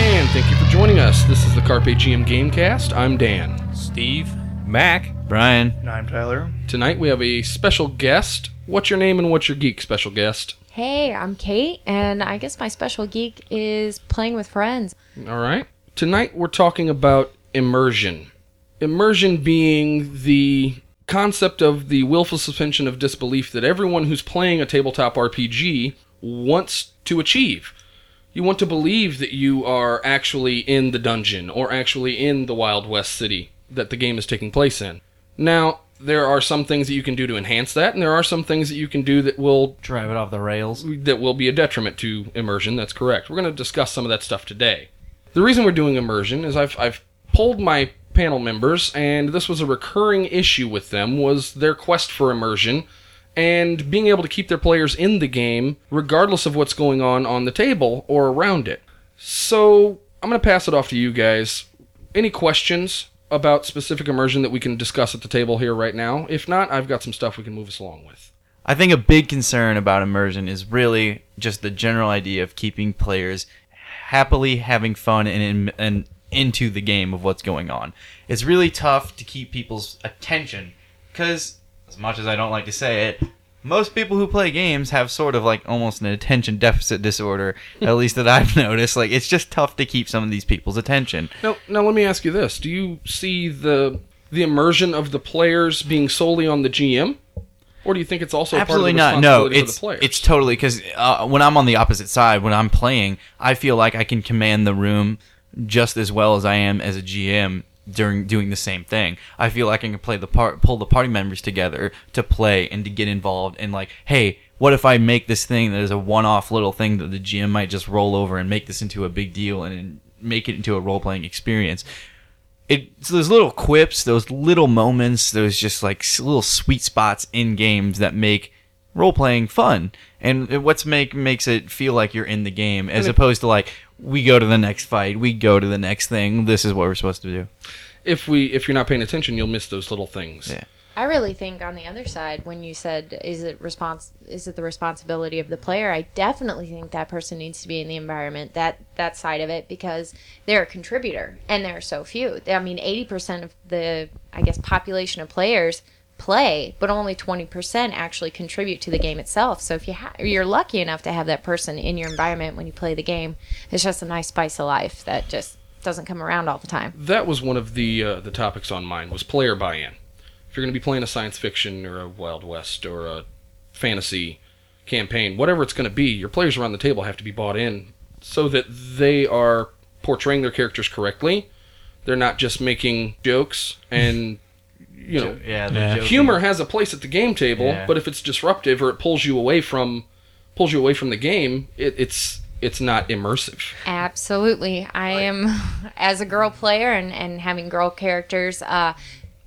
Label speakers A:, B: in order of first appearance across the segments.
A: And thank you for joining us. This is the Carpe GM Gamecast. I'm Dan.
B: Steve, Mac,
C: Brian,
D: And I'm Tyler.
A: Tonight we have a special guest. What's your name and what's your geek, special guest?
E: Hey, I'm Kate, and I guess my special geek is playing with friends.
A: All right. Tonight we're talking about immersion. Immersion being the concept of the willful suspension of disbelief that everyone who's playing a tabletop RPG wants to achieve. You want to believe that you are actually in the dungeon or actually in the Wild West city that the game is taking place in. Now, there are some things that you can do to enhance that, and there are some things that you can do that will
C: drive it off the rails.
A: that will be a detriment to immersion. That's correct. We're going to discuss some of that stuff today. The reason we're doing immersion is I've I've polled my panel members, and this was a recurring issue with them was their quest for immersion and being able to keep their players in the game regardless of what's going on on the table or around it. So I'm going to pass it off to you guys. Any questions about specific immersion that we can discuss at the table here right now? If not, I've got some stuff we can move us along with.
C: I think a big concern about immersion is really just the general idea of keeping players happily having fun and in, and into the game of what's going on. It's really tough to keep people's attention because, as much as I don't like to say it, most people who play games have sort of like almost an attention deficit disorder, at least that I've noticed. Like, it's just tough to keep some of these people's attention.
A: Now, now let me ask you this: Do you see the the immersion of the players being solely on the GM, or do you think it's also
C: absolutely
A: part
C: not.
A: of the
C: No,
A: responsibility for
C: it's
A: the players?
C: it's totally because uh, when I'm on the opposite side, when I'm playing, I feel like I can command the room just as well as I am as a GM during doing the same thing. I feel like I can play the part, pull the party members together to play and to get involved and like, hey. What if I make this thing that is a one-off little thing that the GM might just roll over and make this into a big deal and make it into a role-playing experience? it so those little quips, those little moments, those just like s- little sweet spots in games that make role playing fun, and it- what's make makes it feel like you're in the game as opposed to like we go to the next fight, we go to the next thing. This is what we're supposed to do.
A: if we if you're not paying attention, you'll miss those little things.
C: Yeah.
E: I really think on the other side, when you said, "Is it respons- Is it the responsibility of the player?" I definitely think that person needs to be in the environment that that side of it because they're a contributor, and there are so few. I mean, eighty percent of the I guess population of players play, but only twenty percent actually contribute to the game itself. So if you ha- you're lucky enough to have that person in your environment when you play the game, it's just a nice spice of life that just doesn't come around all the time.
A: That was one of the uh, the topics on mine was player buy-in. If you're going to be playing a science fiction or a Wild West or a fantasy campaign, whatever it's going to be, your players around the table have to be bought in so that they are portraying their characters correctly. They're not just making jokes and you know
C: Yeah,
B: Yeah.
A: humor has a place at the game table,
C: Yeah.
A: but if it's disruptive or it pulls you away from pulls you away from the game, it, it's it's not immersive.
E: Absolutely. I am, as a girl player and, and having girl characters, uh,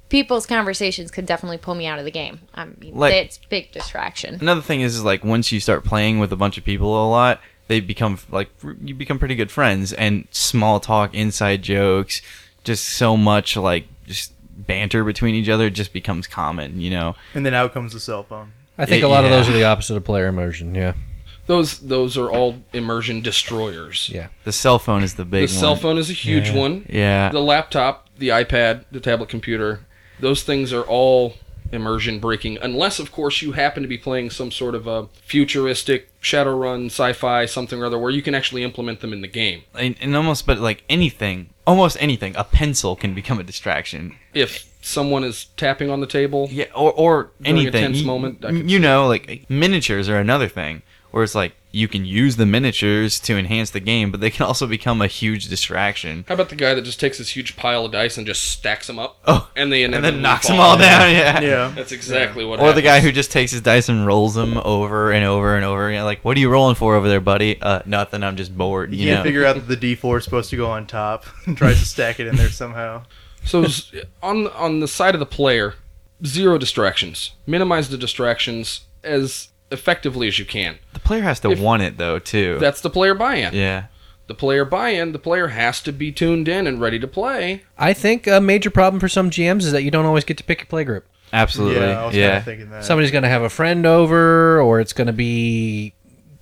E: people's conversations could definitely pull me out of the game. I mean,
C: Like-
E: it's big distraction.
C: Another thing is, is like once you start playing with a bunch of people a lot, they become like you become pretty good friends and small talk, inside jokes, just so much like just banter between each other just becomes common, you know.
D: And then out comes the cell phone.
B: I think
C: Yeah.
B: a lot of those are the opposite of player immersion. Yeah,
A: Those those are all immersion destroyers.
B: yeah.
C: The cell phone is the
A: The
C: big one.
A: cell phone is a huge
B: Yeah.
A: one.
C: Yeah.
A: The laptop, the iPad, the tablet computer, those things are all immersion breaking unless of course you happen to be playing some sort of a futuristic shadowrun sci-fi something or other where you can actually implement them in the game
C: and, and almost, but like anything, almost anything, a pencil can become a distraction.
A: if someone is tapping on the table
C: Yeah, or or
A: During a
C: anything.
A: tense
C: you,
A: moment, I could
C: you know, like miniatures are another thing where it's like you can use the miniatures to enhance the game, but they can also become a huge distraction.
A: How about the guy that just takes this huge pile of dice and just stacks them up?
C: Oh,
A: and they
C: And
A: inevitably
C: then knocks
A: fall
C: them all down. Yeah.
D: Yeah.
A: That's exactly what.
C: Or the guy
A: happens.
C: who just takes his dice and rolls them over and over and over again. Like, what are you rolling for over there, buddy? Uh, nothing. I'm just bored.
D: You
C: You
D: can't
C: know.
D: figure out that the D4 is supposed to go on top and tries to stack it in there somehow.
A: So s- on on the side of the player, zero distractions. Minimize the distractions as effectively as you can.
C: the player has to
A: if-
C: want it though, too.
A: That's the player buy-in.
C: yeah.
A: the player buy-in, the player has to be tuned in and ready to play.
B: I think a major problem for some GMs is that you don't always get to pick your playgroup.
C: Absolutely.
D: Yeah, I
C: Yeah.
D: was kind of thinking that.
B: Somebody's going to have a friend over, or it's going to be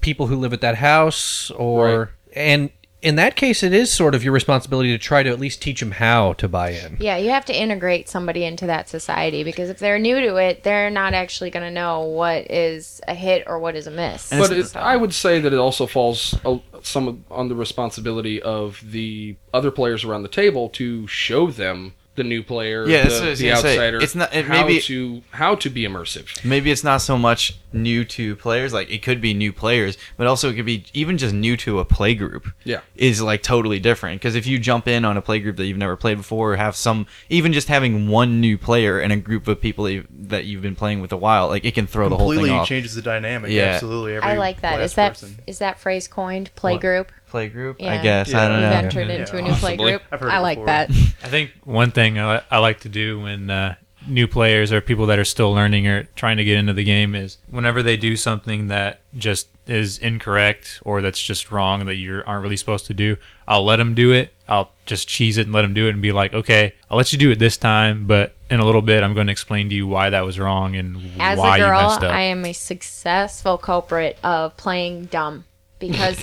B: people who live at that house, or and in that case, it is sort of your responsibility to try to at least teach them how to buy in.
E: Yeah, you have to integrate somebody into that society because if they're new to it, they're not actually going to know what is a hit or what is a miss.
A: but it,
E: So-
A: I would say that it also falls a, some of- on the responsibility of the other players around the table to show them the new player,
C: Yeah, that's
A: the,
C: what I was
A: the
C: gonna say.
A: outsider,
C: It's not- it
A: how
C: maybe-
A: to how to be immersive.
C: Maybe it's not so much new to players, like it could be new players, but also it could be even just new to a play group.
A: Yeah.
C: Is like totally different. Because if you jump in on a play group that you've never played before, or have some, even just having one new player and a group of people that you've, that you've been playing with a while, like it can throw the whole
D: completely
C: thing off.
D: changes the dynamic.
C: Yeah.
D: Absolutely. Every
E: I like that.
D: last
E: Is that is
D: person.
E: that phrase coined? Play
C: What?
E: group.
C: Play group,
E: Yeah.
C: I guess. I don't
E: You
C: know.
E: ventured into a new play
A: Possibly.
E: group.
D: I've heard it
E: I like
D: before.
E: that.
F: I think one thing I, I like to do when uh, new players or people that are still learning or trying to get into the game is whenever they do something that just is incorrect or that's just wrong that you aren't really supposed to do, I'll let them do it. I'll just cheese it and let them do it and be like, okay, I'll let you do it this time, but in a little bit, I'm going to explain to you why that was wrong and
E: As
F: why
E: a
F: you
E: girl,
F: messed up.
E: I am a successful culprit of playing dumb because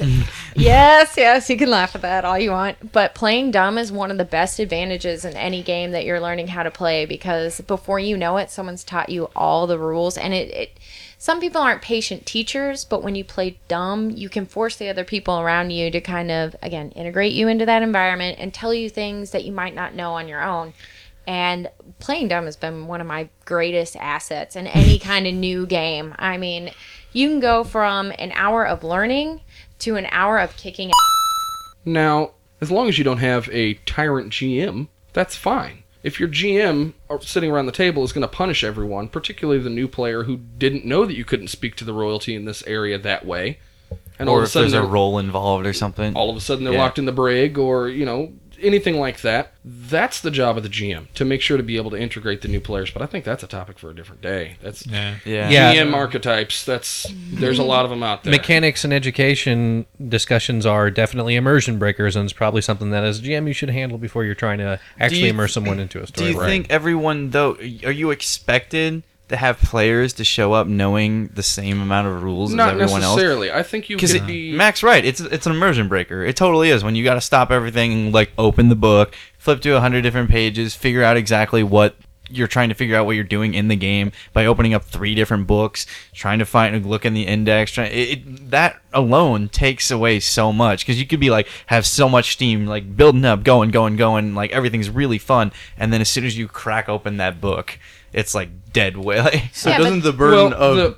E: yes, yes, you can laugh at that all you want, but playing dumb is one of the best advantages in any game that you're learning how to play because before you know it, someone's taught you all the rules and it, it some people aren't patient teachers, but when you play dumb, you can force the other people around you to kind of again integrate you into that environment and tell you things that you might not know on your own. And playing dumb has been one of my greatest assets in any kind of new game. I mean, you can go from an hour of learning to an hour of kicking
A: Now, as long as you don't have a tyrant GM, that's fine. If your GM are- sitting around the table is going to punish everyone, particularly the new player who didn't know that you couldn't speak to the royalty in this area that way, and all
C: Or
A: of a
C: if
A: sudden
C: there's a
A: they're,
C: role involved or something.
A: all of a sudden they're
C: Yeah.
A: locked in the brig or you know anything like that, that's the job of the GM to make sure to be able to integrate the new players. But I think that's a topic for a different day. That's
F: yeah.
C: yeah.
B: Yeah.
A: GM archetypes. That's there's a lot of them out there.
B: Mechanics and education discussions are definitely immersion breakers, and it's probably something that as a GM you should handle before you're trying to actually
C: you-
B: immerse someone into
C: Do
B: a story.
C: you think everyone though? Are you expected to have players to show up knowing the same amount of rules as
A: Not
C: everyone else?
A: necessarily. I think you
C: Because
A: could be
C: Max, right? It's it's an immersion breaker. It totally is. When you got to stop everything and like open the book, flip to a hundred different pages, figure out exactly what you're trying to figure out what you're doing in the game by opening up three different books, trying to find look in the index. Trying, it, it, that alone takes away so much because you could be like have so much steam, like building up, going, going, going, like everything's really fun, and then as soon as you crack open that book, it's like dead way.
D: So
E: Yeah, but-
D: doesn't the burden
A: Well,
D: of
A: the-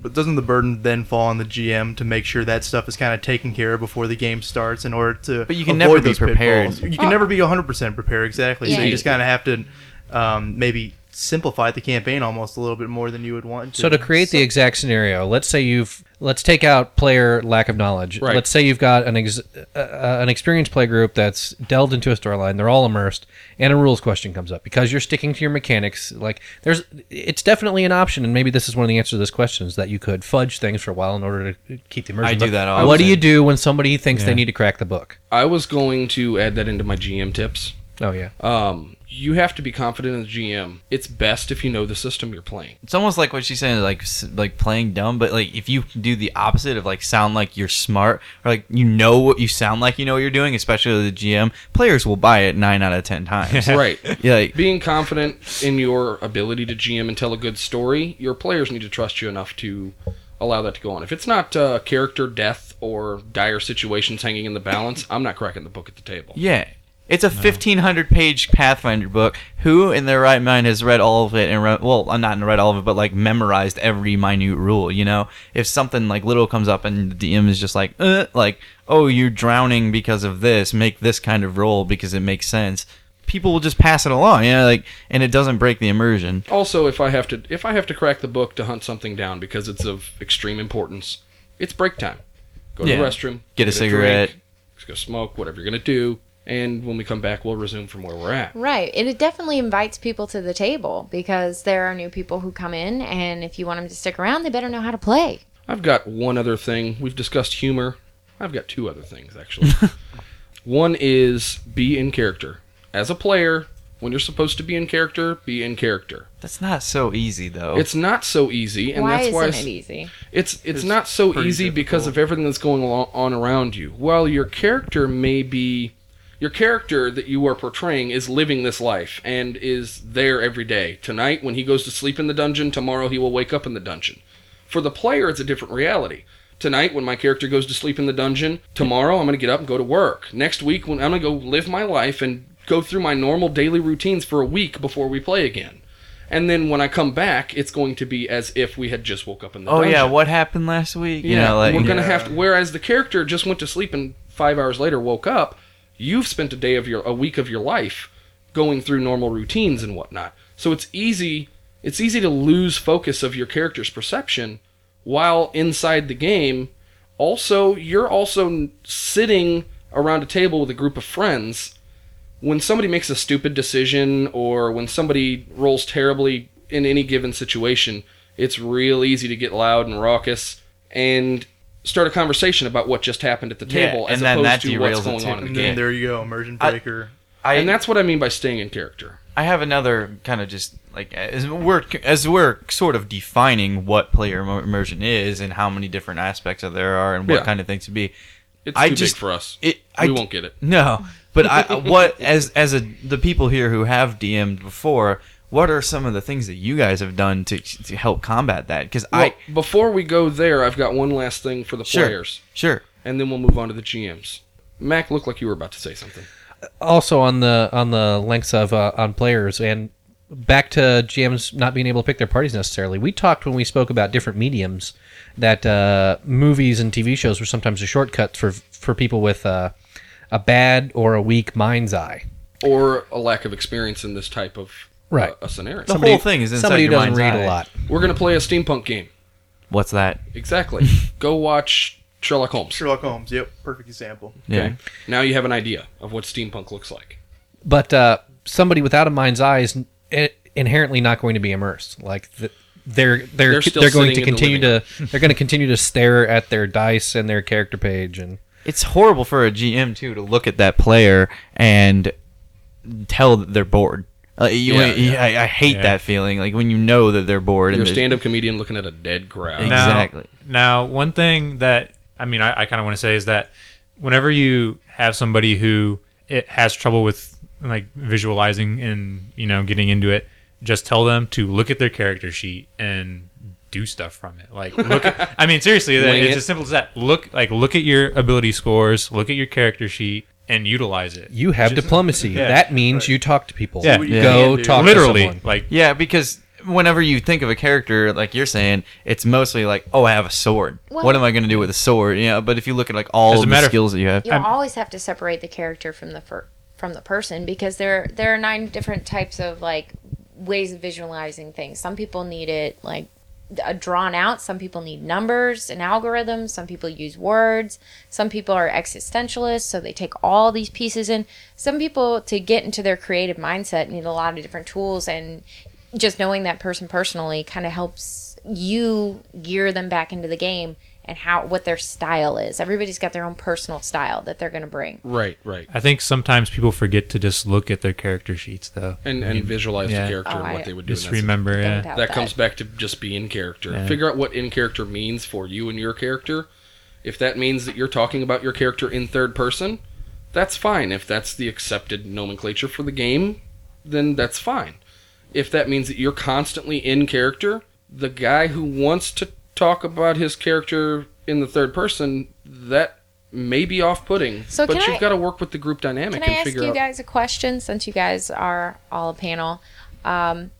D: but doesn't the burden then fall on the GM to make sure that stuff is kind of taken care of before the game starts in order to
C: But you can
D: avoid
C: never be
D: those
C: prepared.
D: pitfalls? You can never be 100% prepared exactly. So
E: Yeah.
D: you just kind of have to um, maybe simplify the campaign almost a little bit more than you would want to.
B: So to create the exact scenario, let's say you've let's take out player lack of knowledge.
A: Right.
B: Let's say you've got an ex, uh, uh, an experienced playgroup that's delved into a storyline. They're all immersed, and a rules question comes up because you're sticking to your mechanics. Like there's, it's definitely an option, and maybe this is one of the answers to this question is that you could fudge things for a while in order to keep the immersion.
C: I do
B: But
C: that
B: What do
C: often.
B: you do when somebody thinks they
F: Yeah.
B: need to crack the book?
A: I was going to add that into my GM tips.
B: Oh yeah,
A: Um, you have to be confident in the GM. It's best if you know the system you're playing.
C: It's almost like what she's saying, like s- like playing dumb. But like if you do the opposite of like sound like you're smart or like you know what you sound like you know what you're doing, especially the GM players will buy it nine out of ten times.
A: right.
C: Yeah, like,
A: Being confident in your ability to GM and tell a good story, your players need to trust you enough to allow that to go on. If it's not uh, character death or dire situations hanging in the balance, I'm not cracking the book at the table.
C: yeah. It's a 1500 page Pathfinder book. Who in their right mind has read all of it and re- well, I'm not read all of it, but like memorized every minute rule, you know? If something like little comes up and the DM is just like, uh, like, "Oh, you're drowning because of this. Make this kind of roll because it makes sense." People will just pass it along, you know, like and it doesn't break the immersion.
A: Also, if I have to if I have to crack the book to hunt something down because it's of extreme importance, it's break time. Go to
C: Yeah.
A: the restroom,
C: Get a
A: drink,
C: cigarette.
A: go smoke, whatever you're gonna do, and when we come back, we'll resume from where we're at.
E: Right. And it definitely invites people to the table because there are new people who come in, and if you want them to stick around, they better know how to play.
A: I've got one other thing. We've discussed humor. I've got two other things actually. One is be in character. As a player, when you're supposed to be in character, be in character.
C: That's not so easy though.
A: It's not so easy, and
E: why
A: that's
E: isn't
A: why
E: it easy?
A: it's it's,
C: It's
A: not so
C: pretty
A: easy because
C: difficult.
A: of everything that's going alo- on around you. While your character may be your character that you are portraying is living this life and is there every day. Tonight when he goes to sleep in the dungeon, tomorrow he will wake up in the dungeon. For the player it's a different reality. Tonight when my character goes to sleep in the dungeon, tomorrow I'm going to get up and go to work. Next week when I'm going to go live my life and go through my normal daily routines for a week before we play again. And then when I come back, it's going to be as if we had just woke up in the
C: oh
A: dungeon.
C: yeah, what happened last week? You
A: Yeah,
C: know, like
A: we're gonna
D: Yeah.
A: have to. Whereas the character just went to sleep and five hours later woke up, you've spent a day of your, a week of your life, going through normal routines and whatnot. So it's easy, it's easy to lose focus of your character's perception, while inside the game, also you're also sitting around a table with a group of friends. When somebody makes a stupid decision or when somebody rolls terribly in any given situation, it's real easy to get loud and raucous and start a conversation about what just happened at the
C: Yeah,
A: table
C: and
A: as
C: then that
A: opposed to what's
C: derails it
A: going
C: too.
A: on in the
D: And
A: game.
D: then there you go, immersion
C: I-
D: breaker.
C: I,
A: and that's what I mean by staying in character.
C: I have another kind of just like as we're as we're sort of defining what player immer- immersion is and how many different aspects of there are and what
A: Yeah.
C: kind of things to be.
A: It's
C: I
A: too
C: just-
A: big for us.
C: It
A: we
C: I
A: won't get it.
C: no, but I what as as a the people here who have DM'd before. What are some of the things that you guys have done to to help combat that? Because
A: Well,
C: I
A: before we go there, I've got one last thing for the
C: Sure.
A: players,
C: sure
A: and then we'll move on to the GMs. Mac looked like you were about to say something.
B: also on the on the lengths of uh, on players and back to GMs not being able to pick their parties necessarily. We talked when we spoke about different mediums that uh, movies and TV shows were sometimes a shortcut for for people with uh, a bad or a weak mind's eye.
A: Or a lack of experience in this type of
B: Right.
A: uh, a scenario.
C: the whole thing is inside
B: somebody who
C: your
B: doesn't
C: mind's
B: read
C: eye.
B: a lot.
A: We're gonna play a steampunk game.
C: What's that?
A: Exactly. go watch Sherlock Holmes.
D: Sherlock Holmes, yep, perfect example.
C: Yeah.
A: Now you have an idea of what steampunk looks like.
B: But uh, somebody without a mind's eye is i- inherently not going to be immersed. Like th they're they're
A: They're
B: they're,
A: still
B: going to
A: sitting in the
B: continue
A: living
B: to they're going to continue to stare at their dice and their character page and
C: it's horrible for a GM too to look at that player and tell that they're bored. Uh, you,
A: Yeah,
C: you-
A: yeah.
C: I, I hate
F: Yeah.
C: that feeling. Like when you know that they're bored.
A: You're
C: And
A: a
C: they're-
A: stand-up comedian looking at a dead crowd.
C: Now- Exactly.
F: Now, one thing that I mean, I, I kind of want to say is that whenever you have somebody who it has trouble with like visualizing and you know getting into it, just tell them to look at their character sheet and do stuff from it. Like, look. At, I mean, seriously, that,
A: Wing
F: it's
A: it.
F: as simple as that. Look, like, look at your ability scores, look at your character sheet, and utilize it.
B: You have
F: Just-
B: diplomacy.
F: Yeah.
B: that means you talk to people.
F: Yeah.
D: Yeah.
B: Go
D: Yeah, dude.
B: talk to
F: literally
B: someone.
F: like
C: yeah, because whenever you think of a character, like you're saying, it's mostly like, oh, I have a sword.
E: Well-
C: what am I going to do with a sword? You know. But if you look at like all
F: Doesn't
C: of the
F: matter if-
C: skills that you have,
E: You always have to separate the character from the fir- from the person because there there are nine different types of like ways of visualizing things. Some people need it like d- uh, drawn out. Some people need numbers and algorithms. Some people use words. Some people are existentialists, so they take all these pieces in. Some people to get into their creative mindset need a lot of different tools and just knowing that person personally kind of helps you gear them back into the game and how what their style is. Everybody's got their own personal style that they're going to bring.
A: Right, right.
F: I think sometimes people forget to just look at their character sheets though.
A: And and visualize
F: yeah.
A: the character
E: Oh,
A: and what
E: I-
A: they would do.
F: Just
A: in that
F: remember,
E: Think
F: yeah.
E: about
A: that comes back to just be in character. Figure out what in character means for you and your character. If that means that you're talking about your character in third person, that's fine. If that's the accepted nomenclature for the game, then that's fine. If that means that you're constantly in character, the guy who wants to talk about his character in the third person, that may be off putting.
E: So
A: but
E: can
A: you've
E: I-
A: got to work with the group dynamic
E: Can I
A: and
E: ask
A: figure
E: you
A: out.
E: guys a question since you guys are all a panel? Um,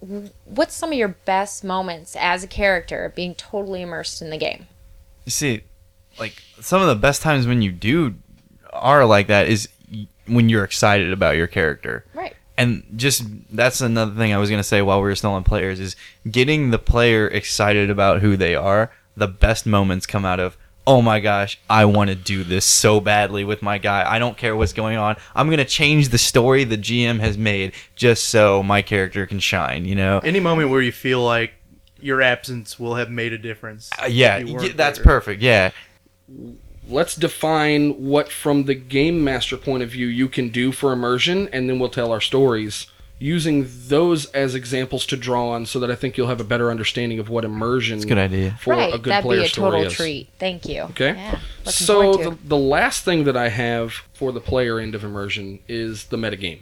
E: w- what's some of your best moments as a character being totally immersed in the game?
C: You see, like some of the best times when you do are like that is y- when you're excited about your character.
E: Right.
C: and just that's another thing I was gonna say while we were still on players is getting the player excited about who they are. The best moments come out of oh my gosh, I want to do this so badly with my guy. I don't care what's going on. I'm gonna change the story the GM has made just so my character can shine. You know.
D: Any moment where you feel like your absence will have made a difference.
C: Uh, yeah,
D: You
C: y-
D: weren't
C: that's
D: there.
C: perfect. Yeah,
A: let's define what from the game master point of view you can do for immersion and then we'll tell our stories using those as examples to draw on so that I think you'll have a better understanding of what immersion
C: good idea.
A: for
E: right,
A: a good
E: that'd be
A: player
E: a
A: story
E: total
A: is.
E: treat. Thank you.
A: Okay.
E: Yeah, looking
A: So
E: forward to
A: the,
E: it.
A: the last thing that I have for the player end of immersion is the metagame.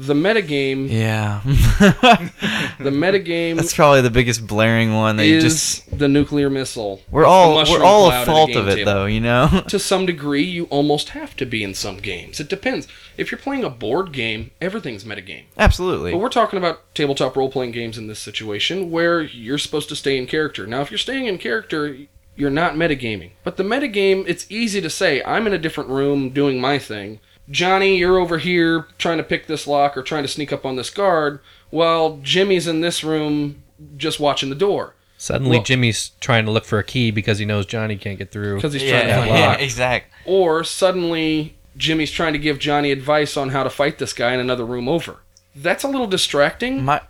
A: The metagame,
C: Yeah,
A: the metagame
C: that's probably the biggest blaring one. That you
A: is
C: just
A: the nuclear missile.
C: we're
A: the
C: all
A: mushroom
C: we're all
A: cloud
C: at
A: at a
C: fault
A: game
C: of it
A: table.
C: though, you know.
A: To some degree, you almost have to be in some games. It depends. If you're playing a board game, everything's metagame.
C: Absolutely.
A: But we're talking about tabletop role playing games in this situation where you're supposed to stay in character. Now, if you're staying in character, you're not metagaming. But the metagame, it's easy to say, I'm in a different room doing my thing. Johnny, you're over here trying to pick this lock or trying to sneak up on this guard, while Jimmy's in this room just watching the door
B: Suddenly,
A: Well-
B: Jimmy's trying to look for a key because he knows Johnny can't get through.
A: because he's trying to
C: yeah,
A: find
B: yeah,
A: a
C: yeah,
A: lock.
C: exact.
A: Or suddenly, Jimmy's trying to give Johnny advice on how to fight this guy in another room over. That's a little distracting.
C: My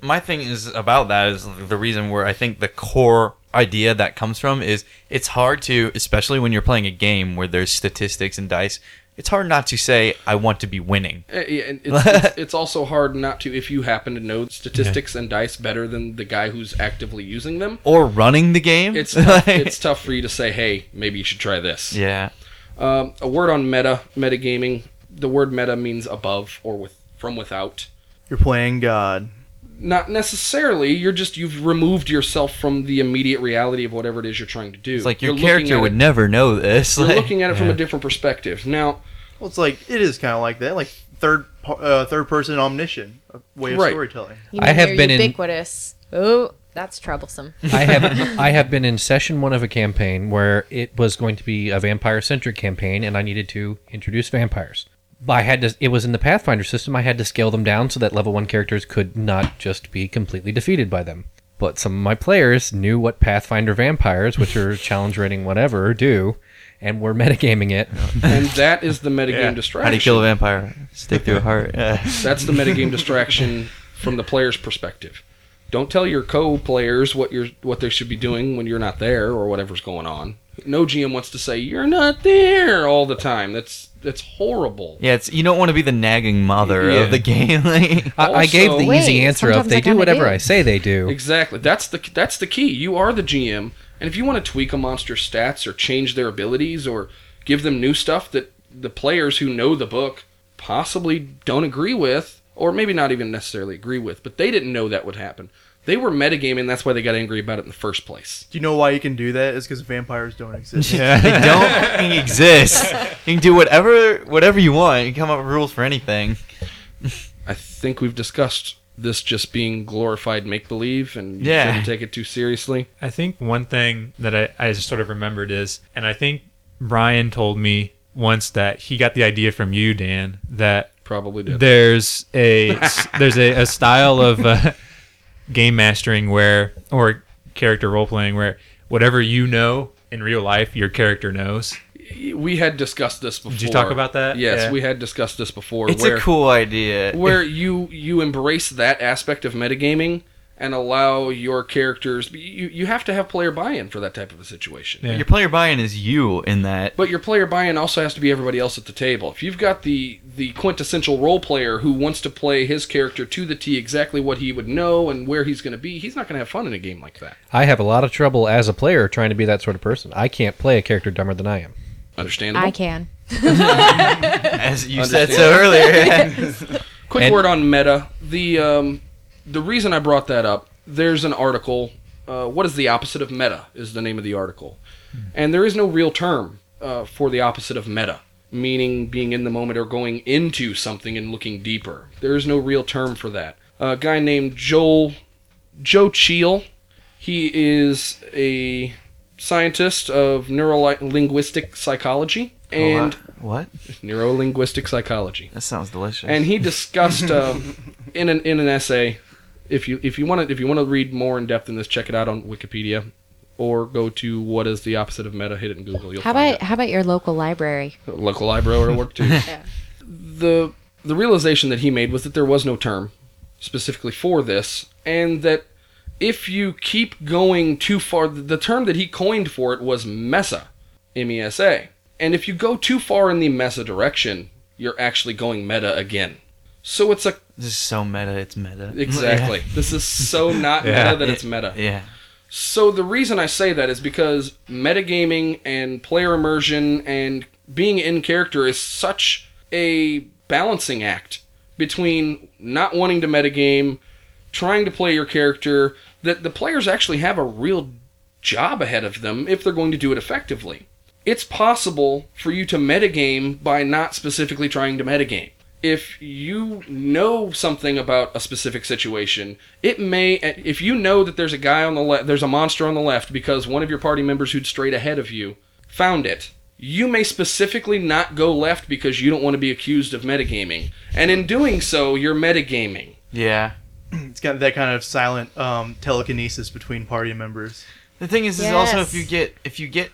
C: my thing is about that is the reason where I think the core idea that comes from is it's hard to, especially when you're playing a game where there's statistics and dice. It's hard not to say I want to be winning.
A: Uh, yeah, and it's, it's, it's also hard not to if you happen to know statistics and dice better than the guy who's actively using them.
C: or running the game.
A: It's
C: Like-
A: tough, it's tough for you to say, hey, maybe you should try this.
C: yeah,
A: Um, a word on meta, metagaming. The word meta means above or with from without.
D: You're playing God.
A: Not necessarily. You're just you've removed yourself from the immediate reality of whatever it is you're trying to do.
C: it's like your
A: You're looking
C: character
A: at
C: would
A: it-
C: never know this.
A: You're
C: like-
A: looking at it from a different perspective. Now,
D: Well, it's like it is kind of like that, like third par- uh, third person omniscient uh, way of
A: Right.
D: storytelling.
E: You
B: I
E: mean
B: have
E: they're
B: been in-
E: ubiquitous. Oh, that's troublesome.
B: I have I have been in session one of a campaign where it was going to be a vampire centric campaign, and I needed to introduce vampires. I had to. It was in the Pathfinder system. I had to scale them down so that level one characters could not just be completely defeated by them. But some of my players knew what Pathfinder vampires, which are challenge rating whatever, do, and were metagaming it.
A: and that is the metagame distraction.
C: How do you kill a vampire? Stick through a heart.
A: That's the metagame distraction from the player's perspective. Don't tell your co-players what you're what they should be doing when you're not there or whatever's going on. No GM wants to say you're not there all the time. That's that's horrible.
C: yeah, it's you don't want to be the nagging mother
A: Yeah.
C: of the game. like-
B: I, I gave the
A: Also-
B: easy
E: Wait,
B: answer of
E: sometimes
B: they
E: I
B: do
E: kinda
B: whatever
E: do."
B: I say they do.
A: Exactly. That's the that's the key. You are the GM, and if you want to tweak a monster's stats or change their abilities or give them new stuff that the players who know the book possibly don't agree with, or maybe not even necessarily agree with, but they didn't know that would happen. They were metagaming. That's why they got angry about it in the first place.
D: Do you know why you can do that? Is because vampires don't exist.
C: they don't fucking exist. You can do whatever whatever you want. You can come up with rules for anything.
A: I think we've discussed this just being glorified make believe and you
C: Yeah.
A: shouldn't take it too seriously.
F: I think one thing that I, I just sort of remembered is, and I think Brian told me once that he got the idea from you, Dan, that
A: Probably did.
F: there's a there's a, a style of uh, game mastering where or character role playing where whatever you know in real life your character knows.
A: we had discussed this before.
F: Did you talk about that?
A: Yes,
F: Yeah.
A: we had discussed this before.
C: It's
A: where,
C: a cool idea.
A: where you you embrace that aspect of metagaming and allow your characters. You you have to have player buy-in for that type of a situation.
F: Yeah.
C: Your player buy-in is you in that.
A: But your player buy-in also has to be everybody else at the table. If you've got the the quintessential role player who wants to play his character to the T exactly what he would know and where he's going to be, he's not going to have fun in a game like that.
B: I have a lot of trouble as a player trying to be that sort of person. I can't play a character dumber than I am.
A: Understandable.
E: I can.
C: As you said so earlier.
A: Quick
B: And-
A: word on meta. The um, the reason I brought that up, there's an article. Uh, what is the opposite of meta? Is the name of the article, and there is no real term uh, for the opposite of meta, meaning being in the moment or going into something and looking deeper. There is no real term for that. A guy named Joel Joe Cheel. He is a scientist of neurolinguistic psychology and
C: what?
A: neurolinguistic psychology
C: That sounds delicious.
A: and he discussed um, in an in an essay. If you if you want to if you want to read more in depth in this, check it out on Wikipedia, or go to what is the opposite of meta. Hit it in Google. You'll
E: How
A: find
E: about how about your local library?
A: it. local library or work too. The the realization that he made was that there was no term specifically for this, and that if you keep going too far, the term that he coined for it was mesa, M E S A. And if you go too far in the mesa direction, you're actually going meta again. So it's a
C: This is so meta. It's meta.
A: exactly. This is so not
F: Yeah.
A: meta that it's meta.
C: Yeah.
A: So the reason I say that is because metagaming and player immersion and being in character is such a balancing act between not wanting to metagame, trying to play your character, that the players actually have a real job ahead of them if they're going to do it effectively. It's possible for you to metagame by not specifically trying to metagame. If you know something about a specific situation, it may if you know that there's a guy on the left, there's a monster on the left because one of your party members who'd strayed ahead of you found it. You may specifically not go left because you don't want to be accused of metagaming. And in doing so, you're metagaming.
C: Yeah.
D: It's kind of that kind of silent um, telekinesis between party members.
C: The thing is, is also
E: Yes.
C: if you get if you get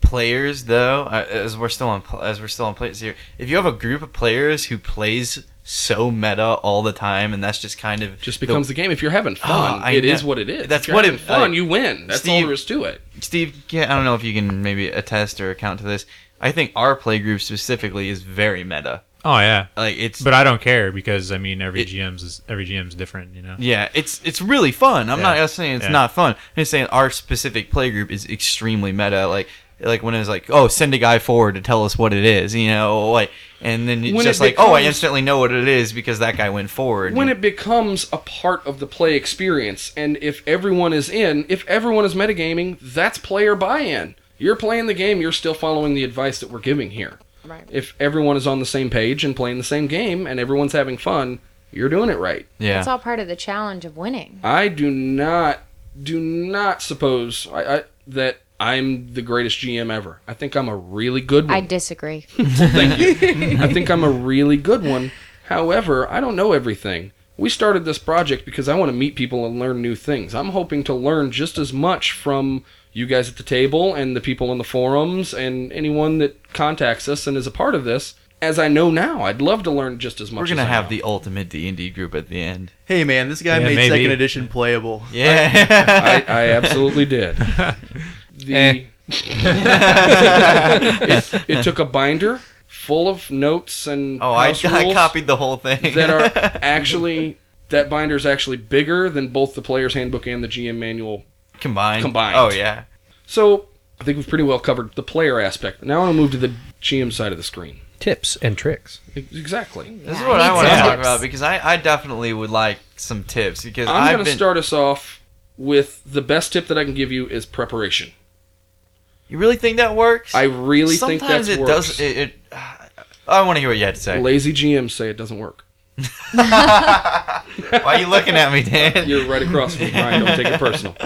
C: players though, uh, as we're still on pl- as we're still on players here, if you have a group of players who plays so meta all the time, and that's just kind of
A: just
C: the-
A: becomes the, game. If you're having fun,
C: Ah, I
A: it is
C: know.
A: what it is.
C: That's
A: if you're
C: what
A: having
C: it-
A: fun.
C: I-
A: you win. That's all
C: Steve-
A: there is to it.
C: Steve, yeah, I don't know if you can maybe attest or account to this. I think our playgroup specifically is very meta.
F: Oh yeah,
C: Like it's
F: but I don't care because I mean every
C: It-
F: GM's is every GM's different, you know.
C: yeah, it's it's really fun. I'm
F: Yeah.
C: not saying it's
F: Yeah.
C: not fun. I'm just saying our specific playgroup is extremely meta. Like like when it was like, oh, send a guy forward to tell us what it is, you know, like, and then it's
A: When it
C: just like, oh, I
A: becomes-
C: instantly know what it is because that guy went forward.
A: When it becomes a part of the play experience, and if everyone is in, if everyone is metagaming, that's player buy-in. You're playing the game. You're still following the advice that we're giving here.
E: Right.
A: If everyone is on the same page and playing the same game, and everyone's having fun, you're doing it right.
C: yeah,
E: It's all part of the challenge of winning.
A: I do not do not suppose I, I, that I'm the greatest GM ever. I think I'm a really good one.
E: I disagree.
A: Thank you. I think I'm a really good one. However, I don't know everything. We started this project because I want to meet people and learn new things. I'm hoping to learn just as much from you guys at the table and the people on the forums and anyone that contacts us and is a part of this as I know now. I'd love to learn just as much.
C: we're gonna
A: as I
C: have
A: know.
C: the ultimate D and D group at the end.
D: Hey man, this guy
F: Yeah,
D: made
F: maybe.
D: second edition playable.
C: Yeah,
A: I, I absolutely did. The
B: Eh.
A: it, it took a binder full of notes and
C: oh, I,
A: house
C: I
A: rules.
C: copied the whole thing.
A: that are actually that binder is actually bigger than both the player's handbook and the GM manual.
C: combined.
A: combined.
C: Oh yeah.
A: So I think we've pretty well covered the player aspect. Now I want to move to the GM side of the screen.
B: Tips and tricks.
A: E- Exactly.
C: This
E: Yeah,
C: is what
E: I
C: I
E: need
C: want to
E: some
C: talk
E: tips.
C: about because I, I definitely would like some tips because i
A: I'm
C: have
A: going to
C: been,
A: start us off with the best tip that I can give you is preparation.
C: You really think that works?
A: I really think
C: Sometimes
A: that's
C: it
A: works.
C: does. It, it, I want to hear what you had to say.
A: Lazy GMs say it doesn't work.
C: Why are you looking at me, Dan?
A: You're right across from me, Brian. Don't take it personal.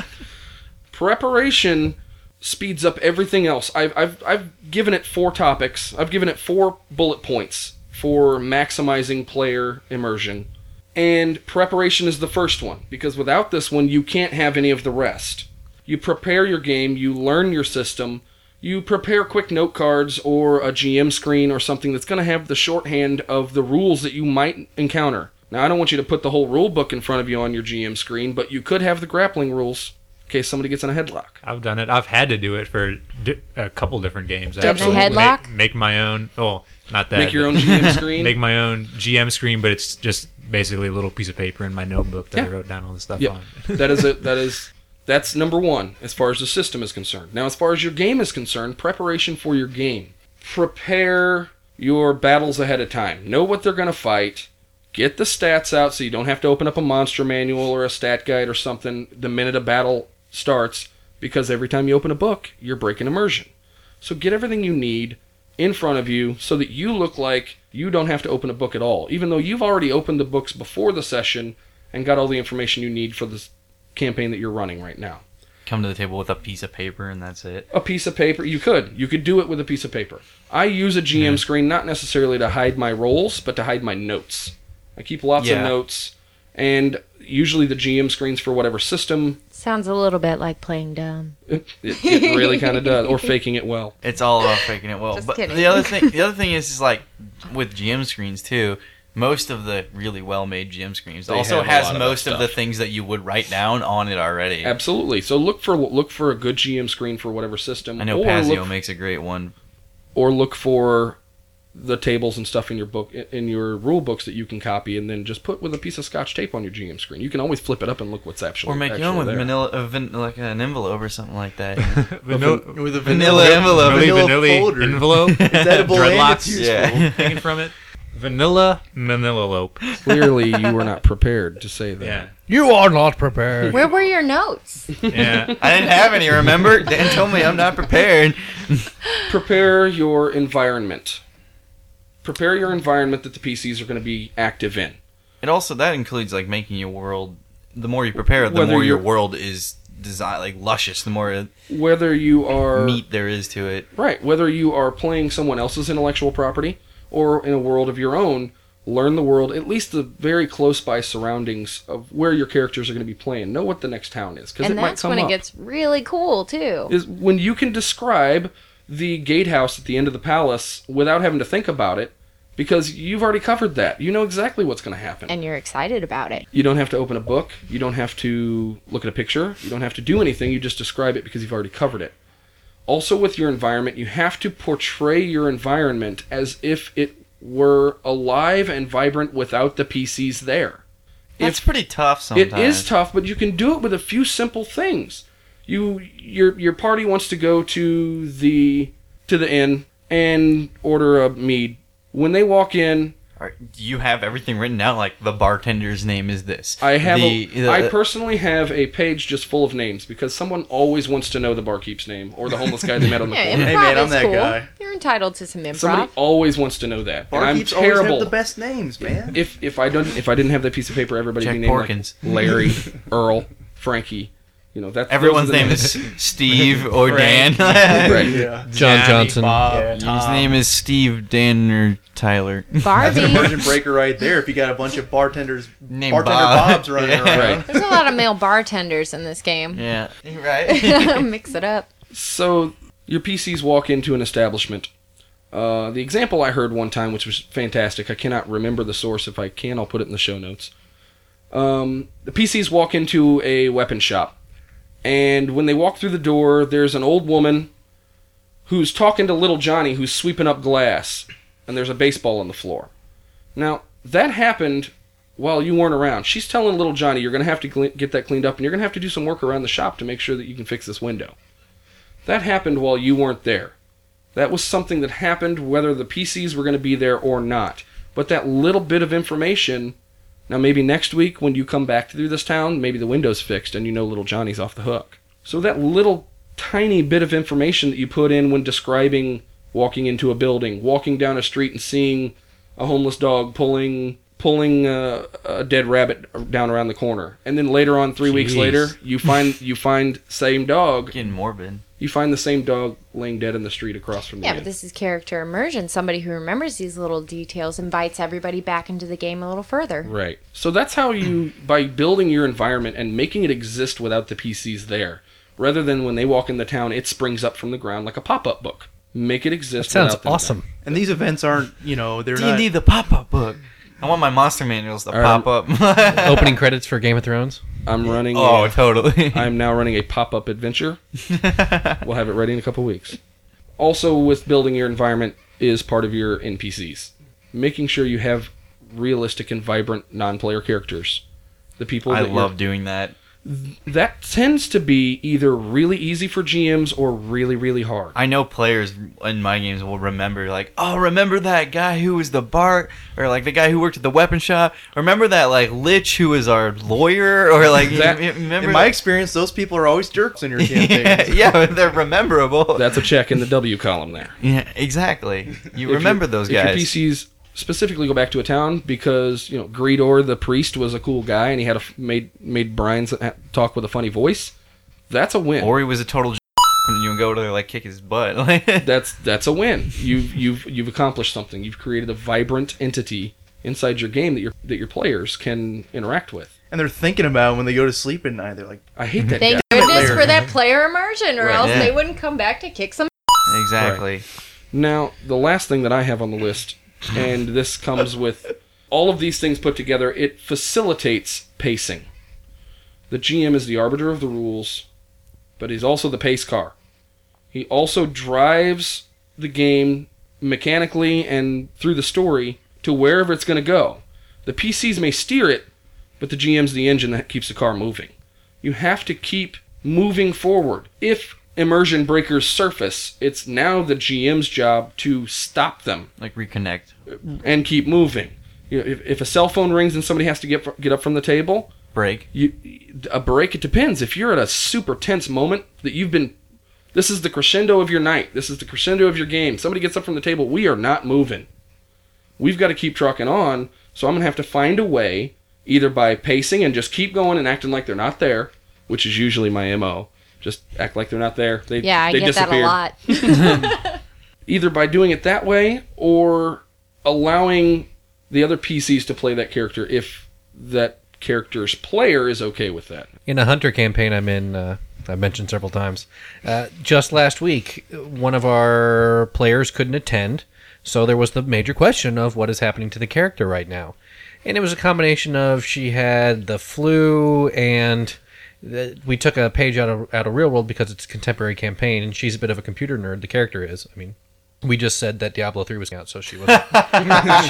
A: Preparation speeds up everything else. I've, I've, I've given it four topics. I've given it four bullet points for maximizing player immersion. And preparation is the first one, because without this one, you can't have any of the rest. You prepare your game, you learn your system, you prepare quick note cards or a GM screen or something that's going to have the shorthand of the rules that you might encounter. Now, I don't want you to put the whole rule book in front of you on your GM screen, but you could have the grappling rules in case somebody gets in a headlock.
F: I've done it. I've had to do it for di- a couple different games.
E: a
F: actually.
E: headlock?
F: Make, make my own. Well, not that.
A: Make your
F: but-
A: own GM screen.
F: Make my own GM screen, but it's just basically a little piece of paper in my notebook that
A: Yeah.
F: I wrote down all this stuff
A: Yep.
F: on.
A: that is it. That is that's number one as far as the system is concerned. Now, as far as your game is concerned, preparation for your game. Prepare your battles ahead of time. Know what they're going to fight. Get the stats out so you don't have to open up a monster manual or a stat guide or something the minute a battle starts because every time you open a book, you're breaking immersion. So get everything you need in front of you so that you look like you don't have to open a book at all, even though you've already opened the books before the session and got all the information you need for this campaign that you're running right now.
C: Come to the table with a piece of paper and that's it.
A: A piece of paper, you could. You could do it with a piece of paper. I use a GM screen not necessarily to hide my roles, but to hide my notes. I keep lots
C: Yeah.
A: of notes, and usually the GM screens for whatever system.
E: Sounds a little bit like playing dumb.
A: It, it really kind of does, or faking it well.
C: It's all about faking it well.
E: Just
C: but
E: kidding.
C: the other thing, the other thing is, is like with GM screens too. Most of the really well-made GM screens also
A: have a
C: has
A: lot of that
C: most of the
A: stuff.
C: things that you would write down on it already.
A: Absolutely. So look for look for a good GM screen for whatever system.
C: I
A: or
C: know
A: look
C: Pazio makes a great one.
A: or look for the tables and stuff in your book in your rule books that you can copy and then just put with a piece of scotch tape on your GM screen. You can always flip it up and look what's actually
C: Or make your
A: actually
C: own with
A: there.
C: vanilla, uh, van- like an envelope or something like that.
F: Vanilla,
D: With a
C: Vanilla envelope.
F: vanilla,
D: vanilla
F: vanilla
D: folder.
F: envelope.
D: It's edible and it's
F: Dreadlocks.
D: useful.
C: yeah.
F: Hanging from it. Vanilla manila lope.
A: Clearly, you were not prepared to say that.
F: Yeah.
B: You are not prepared.
E: Where were your notes?
F: Yeah.
C: I didn't have any, remember? Dan told me I'm not prepared.
A: Prepare your environment. Prepare your environment that the PCs are going to be active in.
C: And also, that includes like making your world. The more you prepare, the
A: Whether
C: more your
A: you're-
C: world is design like luscious. The more
A: Whether you are
C: meat there is to it.
A: right, whether you are playing someone else's intellectual property or in a world of your own, learn the world at least the very close by surroundings of where your characters are going to be playing. Know what the next town is because it
E: And
A: might
E: that's
A: come
E: when
A: up.
E: it gets really cool too.
A: is when you can describe the gatehouse at the end of the palace without having to think about it because you've already covered that. You know exactly what's going to happen.
E: And you're excited about it.
A: you don't have to open a book. You don't have to look at a picture. You don't have to do anything. You just describe it because you've already covered it. Also, with your environment, you have to portray your environment as if it were alive and vibrant without the PCs there.
C: It's
A: If-
C: pretty tough sometimes.
A: It is tough, but you can do it with a few simple things. You your your party wants to go to the to the inn and order a mead. When they walk in,
C: Are- do you have everything written out? Like the bartender's name is this.
A: I have a I
C: The, uh, the-
A: personally have a page just full of names because someone always wants to know the barkeep's name or the homeless guy they met on the
E: Yeah,
A: corner.
E: improv
D: Hey, man, I'm
E: is
D: that
E: cool.
D: guy.
E: You're entitled to some improv.
A: Somebody always wants to know that. And I'm
D: Barkeeps always
A: terrible.
D: have the best names, man.
A: if if I don't if I didn't have that piece of paper, everybody would be
C: Jack
A: named like
C: Porkins.
A: Larry, Earl, Frankie. You know that's those are
C: everyone's
A: the
C: name
A: names.
C: is Steve or Dan.
F: Frank.
A: Right.
D: Yeah.
B: John Johnson.
F: Bob,
C: His name is Steve, Dan, or Tyler.
D: That's an
E: Barbie.
D: immersion breaker right there. If you got a bunch of bartenders,
C: Named
D: bartender
C: Bob.
D: Bobs running
C: Yeah.
D: around.
A: Right.
E: There's a lot of male bartenders in this game.
C: Yeah. Right.
E: Mix it up.
A: So your PCs walk into an establishment. Uh, the example I heard one time, which was fantastic, I cannot remember the source. If I can, I'll put it in the show notes. Um, the PCs walk into a weapon shop, and when they walk through the door, there's an old woman who's talking to little Johnny, who's sweeping up glass, and there's a baseball on the floor. Now that happened while you weren't around. She's telling little Johnny, "You're going to have to cle- get that cleaned up, and you're going to have to do some work around the shop to make sure that you can fix this window." That happened while you weren't there. That was something that happened whether the PCs were going to be there or not. But that little bit of information, now maybe next week when you come back through this town, maybe the window's fixed and you know little Johnny's off the hook. So that little tiny bit of information that you put in when describing walking into a building, walking down a street and seeing a homeless dog pulling pulling a, a dead rabbit down around the corner, and then later on, three weeks
F: Jeez.
A: later, you find you find same dog
C: Getting morbid.
A: you find the same dog laying dead in the street across from the
E: Yeah,
A: inn.
E: but this is character immersion. Somebody who remembers these little details invites everybody back into the game a little further.
A: Right. So that's how you, by building your environment and making it exist without the PCs there, rather than when they walk in the town, it springs up from the ground like a pop-up book. Make it exist.
B: Sounds
A: without them.
B: awesome.
D: And these events aren't, you know, they're
C: D and D
D: not.
C: the pop up book. I want my monster manuals to
A: Or-
C: pop up.
B: Opening credits for Game of Thrones.
A: I'm running.
C: oh,
A: a-
C: totally.
A: I'm now running a pop-up adventure. we'll have it ready in a couple weeks. Also, with building your environment is part of your NPCs, making sure you have realistic and vibrant non-player characters. The people
C: I
A: that you're-
C: love doing that.
A: that tends to be either really easy for GMs or really, really hard.
C: I know players in my games will remember, like, oh, remember that guy who was the bar, or like the guy who worked at the weapon shop. Remember that like lich who was our lawyer, or like
A: That-
C: you- you remember
D: In my
C: that-
D: experience, those people are always jerks in your campaigns.
C: yeah, yeah, but they're rememberable.
A: That's a check in the W column there.
C: yeah, exactly. You
A: If
C: remember
A: your-
C: those
A: if
C: guys.
A: your PCs specifically go back to a town because you know Gridor the priest was a cool guy and he had a f- made made Brian's a- talk with a funny voice. That's a win.
C: or he was a total j- and you go to like kick his butt.
A: that's that's a win. You've you've you've accomplished something. You've created a vibrant entity inside your game that your that your players can interact with.
D: and they're thinking about it when they go to sleep at night. They're like,
A: I hate that.
E: Thank
A: guy.
E: goodness
D: Later.
E: for that player immersion, or
A: Right.
E: else
C: Yeah.
E: they wouldn't come back to kick some.
C: exactly.
A: Now, the last thing that I have on the list, and this comes with all of these things put together, it facilitates pacing. The GM is the arbiter of the rules, but he's also the pace car. He also drives the game mechanically and through the story to wherever it's going to go. The PCs may steer it, but the GM's the engine that keeps the car moving. You have to keep moving forward. If immersion breakers surface, it's now the GM's job to stop them
C: Like reconnect.
A: and keep moving. You know, if, if a cell phone rings and somebody has to get fr- get up from the table,
C: Break.
A: you a break. It depends. If you're at a super tense moment that you've been, this is the crescendo of your night. This is the crescendo of your game. Somebody gets up from the table. We are not moving. We've got to keep trucking on. So I'm gonna have to find a way, either by pacing and just keep going and acting like they're not there, which is usually my mo. Just act like they're not there. They
E: Yeah, I
A: they
E: get that a
A: disappeared
E: lot.
A: either by doing it that way or allowing the other PCs to play that character if that character's player is okay with that.
B: In a hunter campaign I'm in, uh, I've mentioned several times, uh, just last week, one of our players couldn't attend, so there was the major question of what is happening to the character right now. And it was a combination of she had the flu and the, we took a page out of out of real world because it's a contemporary campaign and she's a bit of a computer nerd the character is i mean we just said that diablo 3 was out so she wasn't she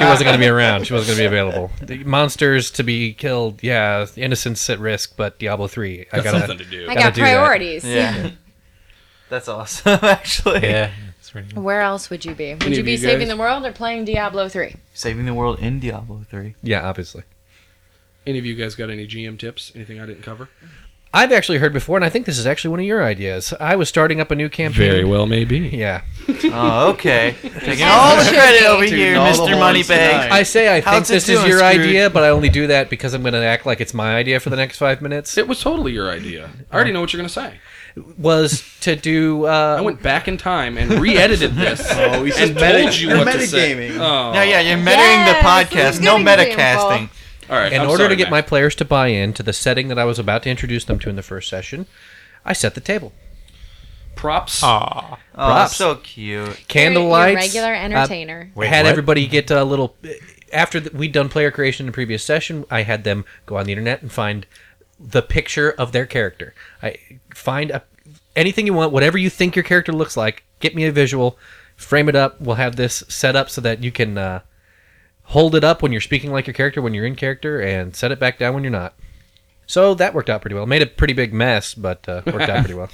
B: wasn't going to be around she wasn't going to be available the monsters to be killed yeah innocents at risk but diablo 3 i got
A: Something to do.
E: I
B: Gotta
E: got
B: do that.
E: priorities.
C: Yeah. That's awesome, actually.
F: Yeah, it's pretty good.
E: Where else would you be? Would
A: Any
E: you
A: of
E: be
A: you
E: saving
A: guys?
E: the world or playing Diablo 3?
C: Saving the world in Diablo 3.
B: yeah obviously
A: Any of you guys got any GM tips? Anything I didn't cover?
B: i've actually heard before and i think this is actually one of your ideas i was starting up a new campaign
A: well, maybe.
B: yeah
C: Oh, okay. Taking all the credit over here,
D: all the
C: Mr.
D: horns
C: Moneybag.
D: tonight.
B: i say i think
C: How's it
B: this is
C: doing,
B: your
C: Scrooge?
B: idea but i only do that because i'm going to act like it's my idea for the next five minutes
A: It was totally your idea. I already know what you're going to say.
B: was to do uh,
A: I went back in time and re-edited this
D: Oh, he's
A: and
D: just meta-
A: told you
D: you're
A: what to say.
D: metagaming.
A: Oh.
C: No, yeah, you're measuring
E: Yes,
C: the
E: this
C: podcast.
E: is
C: No
E: good
C: metacasting.
A: All right.
B: in
A: I'm
B: order
A: sorry,
B: to get my
A: Mac.
B: players to buy in to the setting that I was about to introduce them to in the first session, I set the table.
A: props.
F: Aw.
C: Oh, that's
B: Props.
C: so cute.
B: Candle
E: You're- you're
B: lights.
E: regular
B: uh,
E: entertainer.
F: Wait,
B: had
F: what?
B: everybody get a little. After the, we'd done player creation in the previous session, I had them go on the internet and find the picture of their character. I find a, anything you want, whatever you think your character looks like. Get me a visual, frame it up. We'll have this set up so that you can uh, hold it up when you're speaking like your character when you're in character, and set it back down when you're not. So that worked out pretty well. Made a pretty big mess, but uh, worked out pretty well.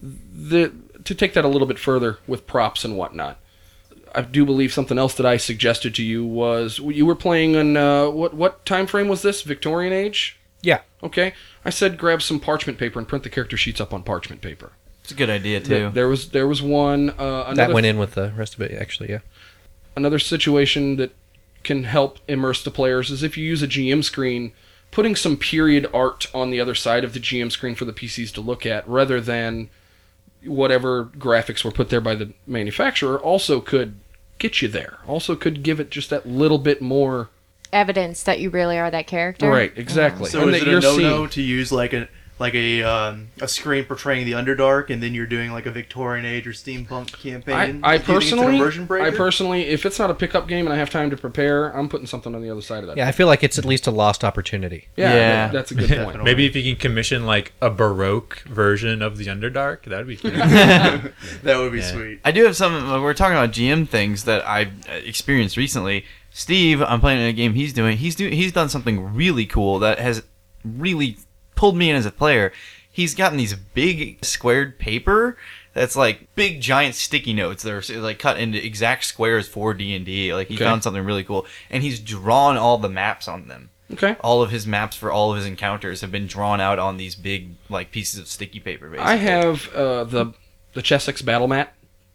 A: the to take that a little bit further with props and whatnot. I do believe something else that I suggested to you was you were playing in uh, what what time frame was this? Victorian age.
B: Yeah.
A: Okay. I said grab some parchment paper and print the character sheets up on parchment paper.
C: It's a good idea, too.
A: Th- There was there was one uh, another
B: that went in with the rest of it, actually. Yeah.
A: another situation that can help immerse the players is if you use a GM screen, putting some period art on the other side of the GM screen for the PCs to look at rather than whatever graphics were put there by the manufacturer also could get you there. Also could give it just that little bit more
E: Evidence that you really are that character.
A: Right, exactly.
D: So
A: And
D: is
A: that
D: it a
A: you're
D: no
A: seeing-
D: no to use like a like a um, a screen portraying the underdark, and then you're doing like a Victorian age or steampunk
A: I,
D: campaign?
A: I
D: Do you think it's an
A: personally,
D: immersion breaker?
A: I personally, if it's not a pickup game and I have time to prepare, I'm putting something on the other side of that.
B: Yeah, I feel like it's at least a lost opportunity.
A: yeah,
C: Yeah.
A: that's a good point.
F: Maybe if you can commission like a baroque version of the Underdark, that'd be pretty.
D: that would be
F: Yeah.
D: sweet.
C: I do have some. uh, We're talking about GM things that I've uh, experienced recently. Steve, I'm playing in a game he's doing. He's do, he's done something really cool that has really pulled me in as a player. He's gotten these big squared paper that's like big giant sticky notes that are s- like cut into exact squares for D and D. Like he
A: Okay.
C: found something really cool, and he's drawn all the maps on them
A: Okay.
C: all of his maps for all of his encounters have been drawn out on these big like pieces of sticky paper basically.
A: I have uh, the the Chessex battle mat.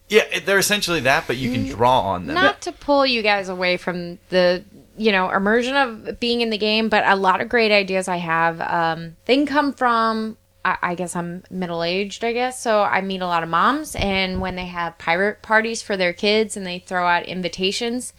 C: Yeah, it- they're essentially that but you can
A: Mm,
C: draw on them.
E: Not to pull you guys away from the you know immersion of being in the game, but a lot of great ideas I have. Um, they can come from. I I guess I'm middle aged, I guess. So I meet a lot of moms, and when they have pirate parties for their kids and they throw out invitations,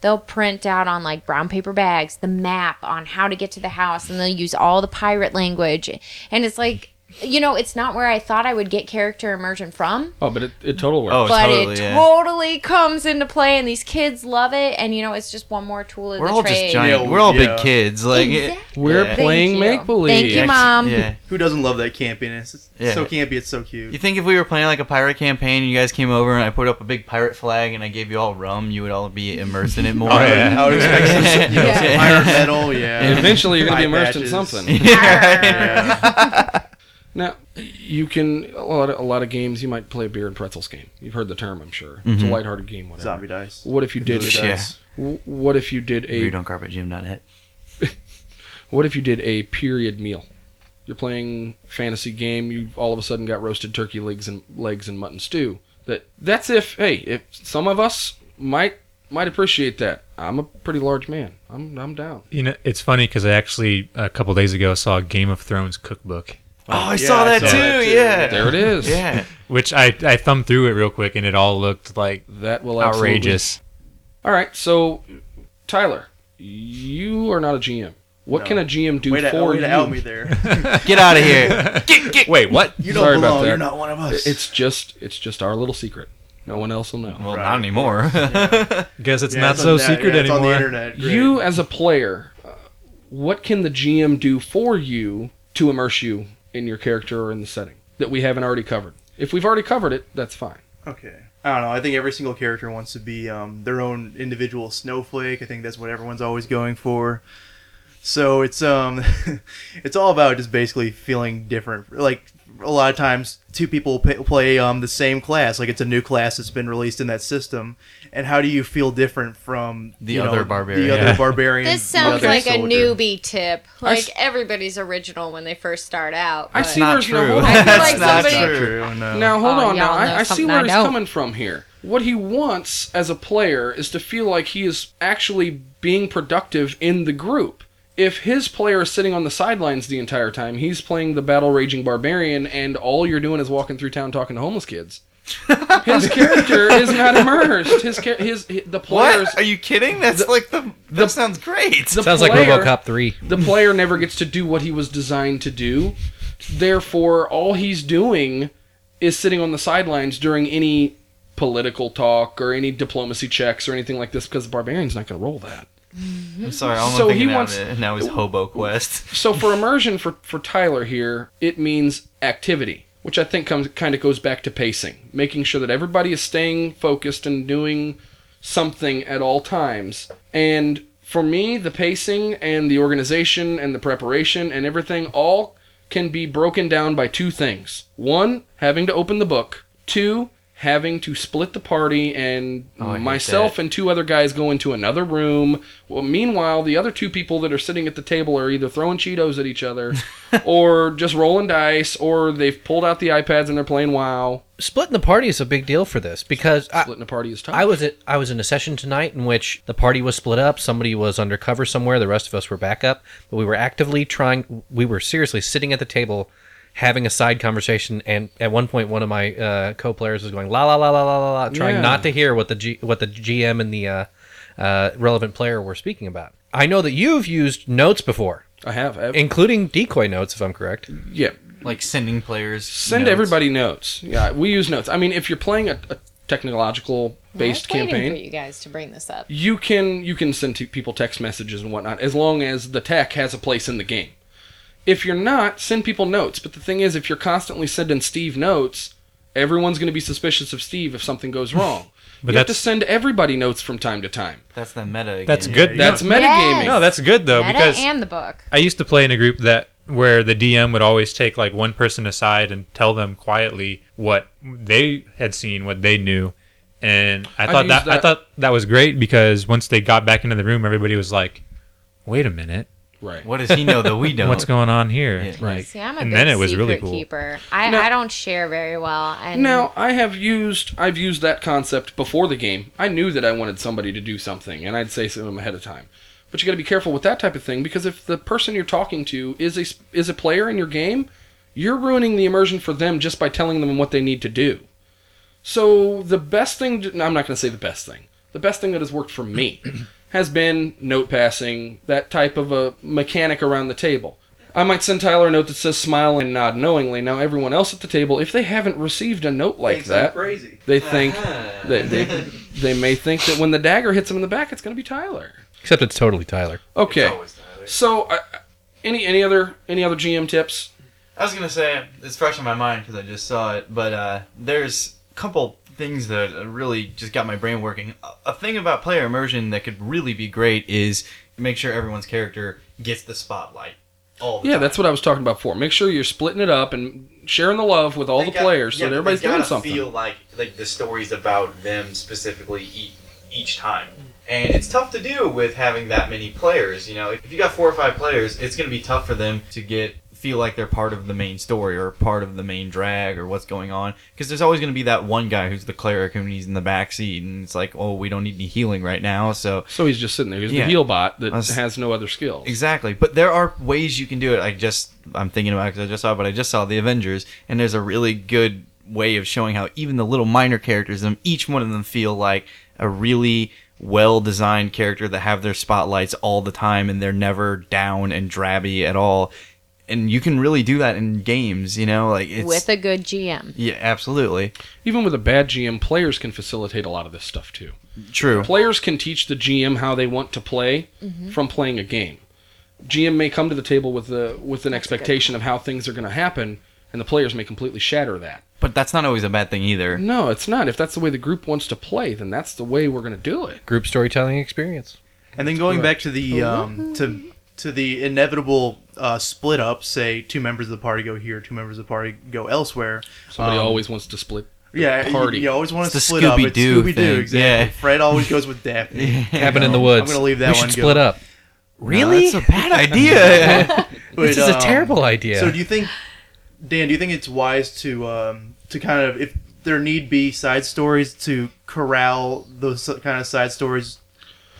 E: they'll print out on like brown paper bags the map on how to get to the house and they'll use all the pirate language. And it's like, you know, it's not where I thought I would get character immersion from.
A: Oh, but it, it total works.
C: Oh,
E: but
C: totally.
E: it
C: yeah.
E: totally comes into play, and these kids love it. And you know, it's just one more tool in
C: we're
E: the
C: all
E: trade.
C: just giant.
D: Yeah,
C: we're all
D: yeah.
C: big kids. Like it-
E: Exactly.
A: We're
C: Yeah.
A: playing
E: Thank you.
A: make believe.
E: Thank you, Mom.
C: Yeah.
D: Who doesn't love that campiness? It's
C: Yeah.
D: so campy, it's so cute.
C: You think if we were playing like a pirate campaign, and you guys came over and I put up a big pirate flag and I gave you all rum, you would all be immersed in it more.
D: I would- Oh, I would expect some, you know, some
E: Yeah.
D: iron metal, yeah.
A: And eventually, you're gonna be
D: Eye
A: immersed in
D: patches.
A: something.
C: Yeah, right.
D: Yeah.
A: Now, you can a lot of, a lot of games. You might play a beer and pretzels game. You've heard the term, I'm sure. It's a
C: Mhm.
A: lighthearted game, whatever.
D: Zombie dice.
A: What if you did?
D: Really
C: Yeah.
D: does.
A: w- What if you did
C: Read
A: a?
C: on carpetgym.net.
A: What if you did a period meal? You're playing fantasy game. You all of a sudden got roasted turkey legs and legs and mutton stew. That that's if hey if some of us might might appreciate that. I'm a pretty large man. I'm I'm down.
F: You know, it's funny because I actually a couple days ago saw a Game of Thrones cookbook,
C: Oh, I
D: Yeah,
C: saw
D: I
C: that
D: saw
C: too.
D: that too,
C: Yeah.
A: There it is.
C: Yeah.
F: which I I thumbed through it real quick, and it all looked like
A: That will absolutely-
F: outrageous.
A: All right. So, Tyler, you are not a GM. What
D: No.
A: can a GM do
D: Way to,
A: for
D: way
A: you?
D: to out me there.
C: Get out of here.
F: Wait, what?
D: You don't
A: Sorry about
D: belong.
A: that.
D: You're not one of us.
A: It's just it's just our little secret. No one else will know.
C: Well,
D: Right.
C: not anymore.
F: Guess it's
D: Yeah,
F: not
D: it's
F: so
D: on that-
F: secret
D: yeah, it's on the
F: anymore.
D: internet. Great.
A: You as a player, uh, what can the GM do for you to immerse you in your character or in the setting that we haven't already covered? If we've already covered it, that's fine.
D: Okay. I don't know. I think every single character wants to be um, their own individual snowflake. I think that's what everyone's always going for. So it's um, it's all about just basically feeling different. Like a lot of times, two people p- play um, the same class. Like it's a new class that's been released in that system. And how do you feel different from
C: The
D: you
C: other
D: know,
C: barbarian.
D: The other
F: Yeah.
D: barbarian.
E: This
D: the
E: sounds
D: other
E: like a
D: soldier.
E: newbie tip. Like
A: s-
E: everybody's original when they first start out.
A: I
E: but-
A: see
C: not
A: where's no-
C: true.
A: hold on.
E: I feel
C: That's
E: like
C: not
E: somebody-
C: true.
D: True, no.
A: Now hold
E: Oh,
A: on. Now
E: y'all know
A: I, I see
E: something
A: where
E: I
A: he's
E: don't.
A: coming from here. What he wants as a player is to feel like he is actually being productive in the group. If his player is sitting on the sidelines the entire time, he's playing the battle raging barbarian, and all you're doing is walking through town talking to homeless kids. His character is not immersed. His cha- his, hi- the players
C: What? Are you kidding? That's like the. That sounds great.
A: the
B: Sounds like
A: player-
B: RoboCop three.
A: the player never gets to do what he was designed to do. Therefore, all he's doing is sitting on the sidelines during any political talk or any diplomacy checks or anything like this because the barbarian's not going to roll that.
C: I'm sorry. All
A: So
C: I'm thinking
A: he
C: now
A: wants-
C: is- now is Hobo Quest.
A: So for immersion for for Tyler here, it means activity, which I think comes kind of goes back to pacing, making sure that everybody is staying focused and doing something at all times. And for me, the pacing and the organization and the preparation and everything all can be broken down by two things. One, having to open the book. Two, having to split the party and
C: Oh, I hate
A: myself
C: that.
A: and two other guys go into another room. Well, meanwhile, the other two people that are sitting at the table are either throwing Cheetos at each other, or just rolling dice, or they've pulled out the iPads and they're playing WoW.
B: Splitting the party is a big deal for this because I,
A: Splitting a party is tough.
B: I was at, I was in a session tonight in which the party was split up. Somebody was undercover somewhere. The rest of us were backup, but we were actively trying. We were seriously sitting at the table, having a side conversation. And at one point, one of my uh, co-players was going la la la la la la, la trying
A: Yeah.
B: not to hear what the G, what the GM and the uh, uh, relevant player were speaking about. I know that you've used notes before,
A: I have. I have-
B: including decoy notes, if I'm correct.
A: yeah.
C: Like sending players.
A: Send
C: notes.
A: everybody notes. Yeah, we use notes. I mean, if you're playing a, a technological based
E: I was waiting
A: campaign,
E: for you guys to bring this up.
A: you can you can send to people text messages and whatnot as long as the tech has a place in the game. If you're not, send people notes. But the thing is, if you're constantly sending Steve notes, everyone's going to be suspicious of Steve if something goes wrong.
F: But
A: you have to
F: that's-
A: send everybody notes from time to time.
C: That's the meta. Again.
F: That's good.
D: you
A: That's
F: no,
A: metagaming.
E: Yes.
F: no, that's good though
E: Meta
F: because
E: and the book.
F: I used to play in a group that where the DM would always take like one person aside and tell them quietly what they had seen, what they knew. And I
A: I've
F: thought
A: used
F: that, I
A: that.
F: thought that was great because once they got back into the room, everybody was like, "Wait a minute,
A: Right.
C: What does he know that we don't?
F: what's going on here?"
C: Yeah.
A: Right.
E: See, I'm a
F: and
E: big
F: then it was
E: secret
F: really cool.
E: keeper. I,
A: No.
E: I don't share very well. And
A: Now I have used I've used that concept before the game. I knew that I wanted somebody to do something, and I'd say to them ahead of time. But you got to be careful with that type of thing because if the person you're talking to is a s- is a player in your game, you're ruining the immersion for them just by telling them what they need to do. So the best thing to- no, I'm not going to say the best thing. The best thing that has worked for me has been note passing, that type of a mechanic around the table. I might send Tyler a note that says smile and nod knowingly. Now, everyone else at the table, if they haven't received a note like
D: Thinks I'm
A: that,
D: crazy.
A: they think they, they, they may think that when the dagger hits him in the back, it's going to be Tyler.
B: Except it's totally Tyler.
A: Okay.
C: always eh? Tyler.
A: So, uh, any any other any other GM tips?
C: I was gonna say it's fresh in my mind because I just saw it, but uh, there's a couple things that uh, really just got my brain working. A- A thing about player immersion that could really be great is make sure everyone's character gets the spotlight. All the
A: Yeah,
C: time.
A: that's what I was talking about before. Make sure you're splitting it up and sharing the love with all
C: They
A: the
C: got-
A: players
C: yeah,
A: so that
C: they
A: everybody's doing
C: gotta
A: something.
C: Feel like like the stories about them specifically each, each time, and it's tough to do with having that many players. You know, if you got four or five players, it's going to be tough for them to get feel like they're part of the main story or part of the main drag or what's going on because there's always going to be that one guy who's the cleric and he's in the back seat and it's like oh we don't need any healing right now so
A: So he's just sitting there. He's
C: Yeah.
A: the heal bot that
C: That's-
A: has no other skills.
C: Exactly, but there are ways you can do it. I just I'm thinking about because I just saw, it, but I just saw the Avengers, and there's a really good way of showing how even the little minor characters, them each one of them feel like a really well designed character that have their spotlights all the time, and they're never down and drabby at all. And you can really do that in games, you know, like it's
E: with a good GM.
C: yeah, absolutely
A: Even with a bad GM, players can facilitate a lot of this stuff too.
C: true.
A: Players can teach the GM how they want to play from playing a game. GM may come to the table with a with an expectation of how things are going to happen, and the players may completely shatter that.
C: But that's not always a bad thing either.
A: No, it's not. If that's the way the group wants to play, then that's the way we're going to do it.
B: Group storytelling experience.
D: And then going back to the um, to to the inevitable uh, split up, say two members of the party go here, two members of the party go elsewhere.
A: Somebody
D: Um,
A: always wants to split.
D: yeah, you-
A: party.
D: You, always want
C: It's
D: to
C: the
D: split up. It's
C: Scooby-Doo
D: Scooby
C: thing.
D: Doo, exactly.
C: Yeah.
D: Fred always goes with Daphne.
B: Cabin in the
D: I'm
B: woods.
D: gonna leave that
B: we
D: one
B: should
D: go.
B: split up. Really?
C: No, that's a bad idea.
B: this
D: But,
B: is a
D: um,
B: terrible idea.
D: So do you think, Dan? Do you think it's wise to um, to kind of if there need be side stories to corral those so- kind of side stories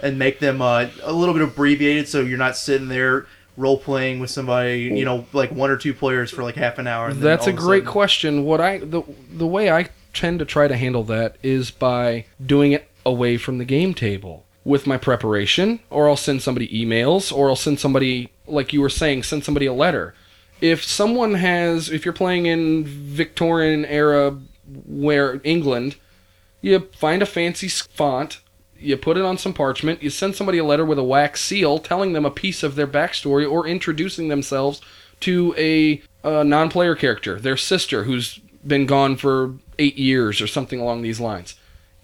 D: and make them uh, a little bit abbreviated so you're not sitting there role playing with somebody you know like one or two players for like half an hour. And then
A: That's
D: all
A: a
D: of
A: great
D: sudden-
A: question. What I the the way I tend to try to handle that is by doing it away from the game table with my preparation, or I'll send somebody emails, or I'll send somebody like you were saying, send somebody a letter. If someone has, if you're playing in Victorian era, where England, you find a fancy s- font. You put it on some parchment, you send somebody a letter with a wax seal telling them a piece of their backstory or introducing themselves to a, uh non player character, their sister who's been gone for eight years or something along these lines.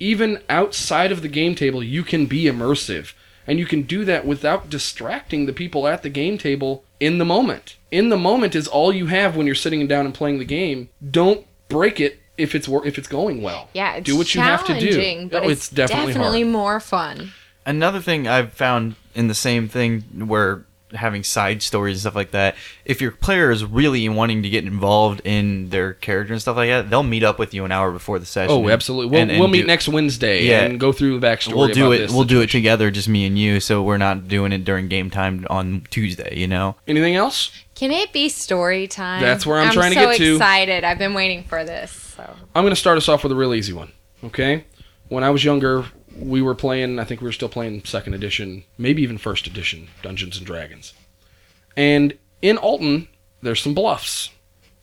A: Even outside of the game table, you can be immersive. And you can do that without distracting the people at the game table in the moment. In the moment is all you have when you're sitting down and playing the game. Don't break it if it's wor- if it's going well.
E: Yeah, it's
A: do what you have to do.
E: challenging, But
A: Oh,
E: it's, definitely,
A: hard.
E: more fun.
C: another thing I've found in the same thing where having side stories and stuff like that, if your player is really wanting to get involved in their character and stuff like that, they'll meet up with you an hour before the session.
A: Oh,
C: and-
A: absolutely. We'll,
C: and- and
A: we'll
C: do-
A: meet next Wednesday
C: Yeah.
A: and go through the backstory.
C: We'll do
A: about
C: it.
A: This
C: We'll do it together, just me and you. So we're not doing it during game time on Tuesday. You know.
A: Anything else?
E: Can it be story time?
A: That's where I'm trying to get
E: so
A: to.
E: excited. I've been waiting for this. So
A: I'm going to start us off with a real easy one. Okay. When I was younger, we were playing, I think we were still playing second edition, maybe even first edition Dungeons and Dragons. And in Alton, there's some bluffs.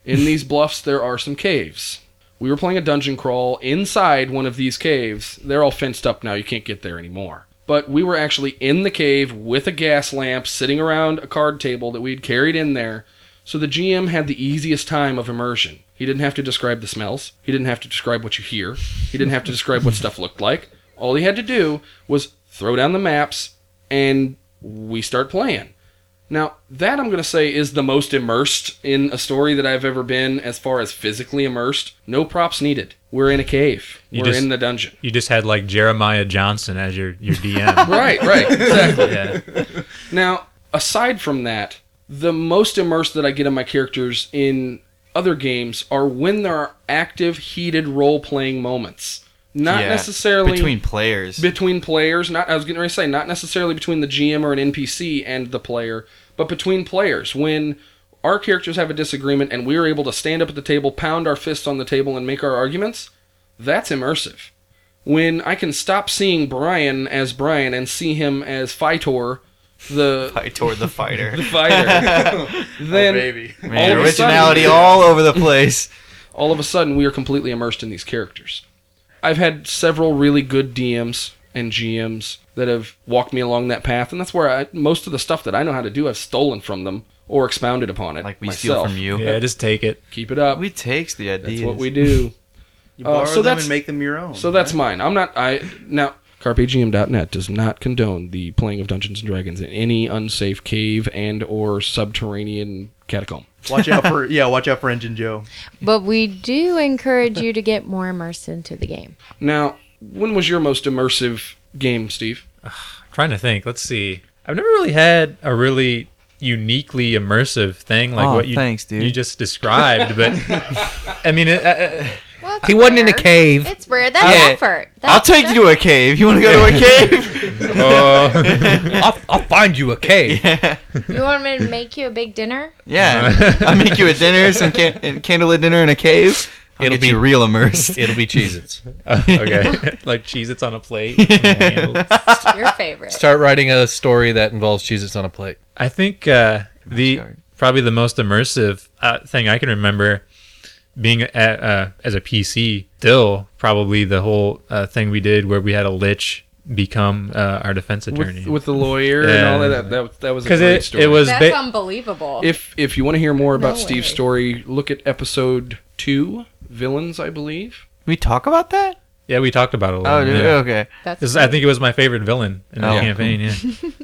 A: In these bluffs, there are some caves. We were playing a dungeon crawl inside one of these caves. They're all fenced up now, you can't get there anymore. But we were actually in the cave with a gas lamp sitting around a card table that we'd carried in there. So the GM had the easiest time of immersion. He didn't have to describe the smells, he didn't have to describe what you hear, he didn't have to describe what stuff looked like. All he had to do was throw down the maps and we start playing. Now, that I'm going to say is the most immersed in a story that I've ever been as far as physically immersed. No props needed. We're in a cave.
F: You
A: We're
F: just-
A: in the dungeon.
F: You just had like Jeremiah Johnson as your your DM.
A: Right, right. Exactly.
F: yeah.
A: Now, aside from that, the most immersed that I get in my characters in other games are when there are active, heated role playing moments. Not
C: Yeah.
A: necessarily
C: between players.
A: between players not i was getting ready to say not necessarily between the gm or an npc and the player but between players when our characters have a disagreement and we're able to stand up at the table pound our fists on the table and make our arguments that's immersive when i can stop seeing brian as brian and see him as fitor the
C: Fight toward the fighter.
A: the fighter, then
D: oh, baby.
A: All
C: Man,
A: of a
C: originality
A: sudden-
C: all over the place.
A: all of a sudden we are completely immersed in these characters. I've had several really good DMs and GMs that have walked me along that path, and that's where I, most of the stuff that I know how to do, I've stolen from them or expounded upon it.
C: Like we steal
A: myself.
C: from you.
F: Yeah, just take it.
A: Keep it up.
C: We takes the
A: that's
C: ideas.
A: what we do.
D: You
A: Uh,
D: borrow
A: so
D: them
A: that's-
D: and make them your own.
A: So that's mine. I'm not. I now carpegm.net does not condone the playing of Dungeons and Dragons in any unsafe cave and or subterranean catacomb.
D: watch out for yeah, watch out for Engine Joe.
E: But we do encourage you to get more immersed into the game.
A: Now, when was your most immersive game, Steve?
F: trying to think. Let's see. I've never really had a really uniquely immersive thing like
C: Aw,
F: what you
C: thanks, dude.
F: you just described. But I mean, it, uh,
E: Well, it's
B: He wasn't in a
E: rare.
B: cave.
E: It's rare. That's
C: Yeah.
E: effort.
C: I'll
E: That's-
C: take you to a cave. You want to go to a cave?
F: uh,
B: I'll, I'll find you a cave.
E: You want me to make you a big dinner?
C: Yeah, I'll make you a dinner, some can- candlelit dinner in a cave. I'll
B: It'll
C: get you
B: be-
C: real immersed.
B: It'll be Cheez-Its.
F: uh, okay, like cheese, it's on a plate. I
E: Your favorite.
B: Start writing a story that involves Cheez-Its on a plate.
F: think uh, the
C: Postcard.
F: probably the most immersive uh, thing I can remember being at, uh, as a PC. Still, probably the whole uh, thing we did where we had a lich become uh, our defense attorney.
A: With, with the lawyer and
F: Yeah.
A: all that, that, that was a
F: 'Cause
A: great
F: it,
A: story.
F: it was
E: That's
F: ba-
E: unbelievable.
A: If if you want to hear more about
E: No
A: Steve's
E: way.
A: story, look at episode two, villains, I believe.
C: we talk about that?
F: yeah we talked about it a lot.
C: Oh, dude,
F: yeah.
C: okay.
E: That's
F: This is- I think it was my favorite villain in the
C: Oh.
F: campaign. Yeah.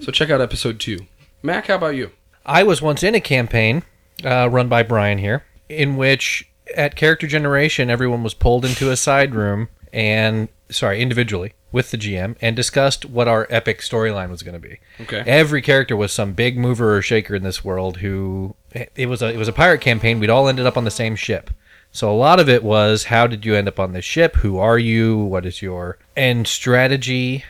A: So check out episode two. Mac, how about you?
B: I was once in a campaign uh, run by Brian here, in which at character generation, everyone was pulled into a side room and, sorry, individually with the GM and discussed what our epic storyline was going to be.
A: Okay.
B: Every character was some big mover or shaker in this world who it was a it was a pirate campaign. We'd all ended up on the same ship. So a lot of it was how did you end up on this ship? Who are you? What is your end strategy?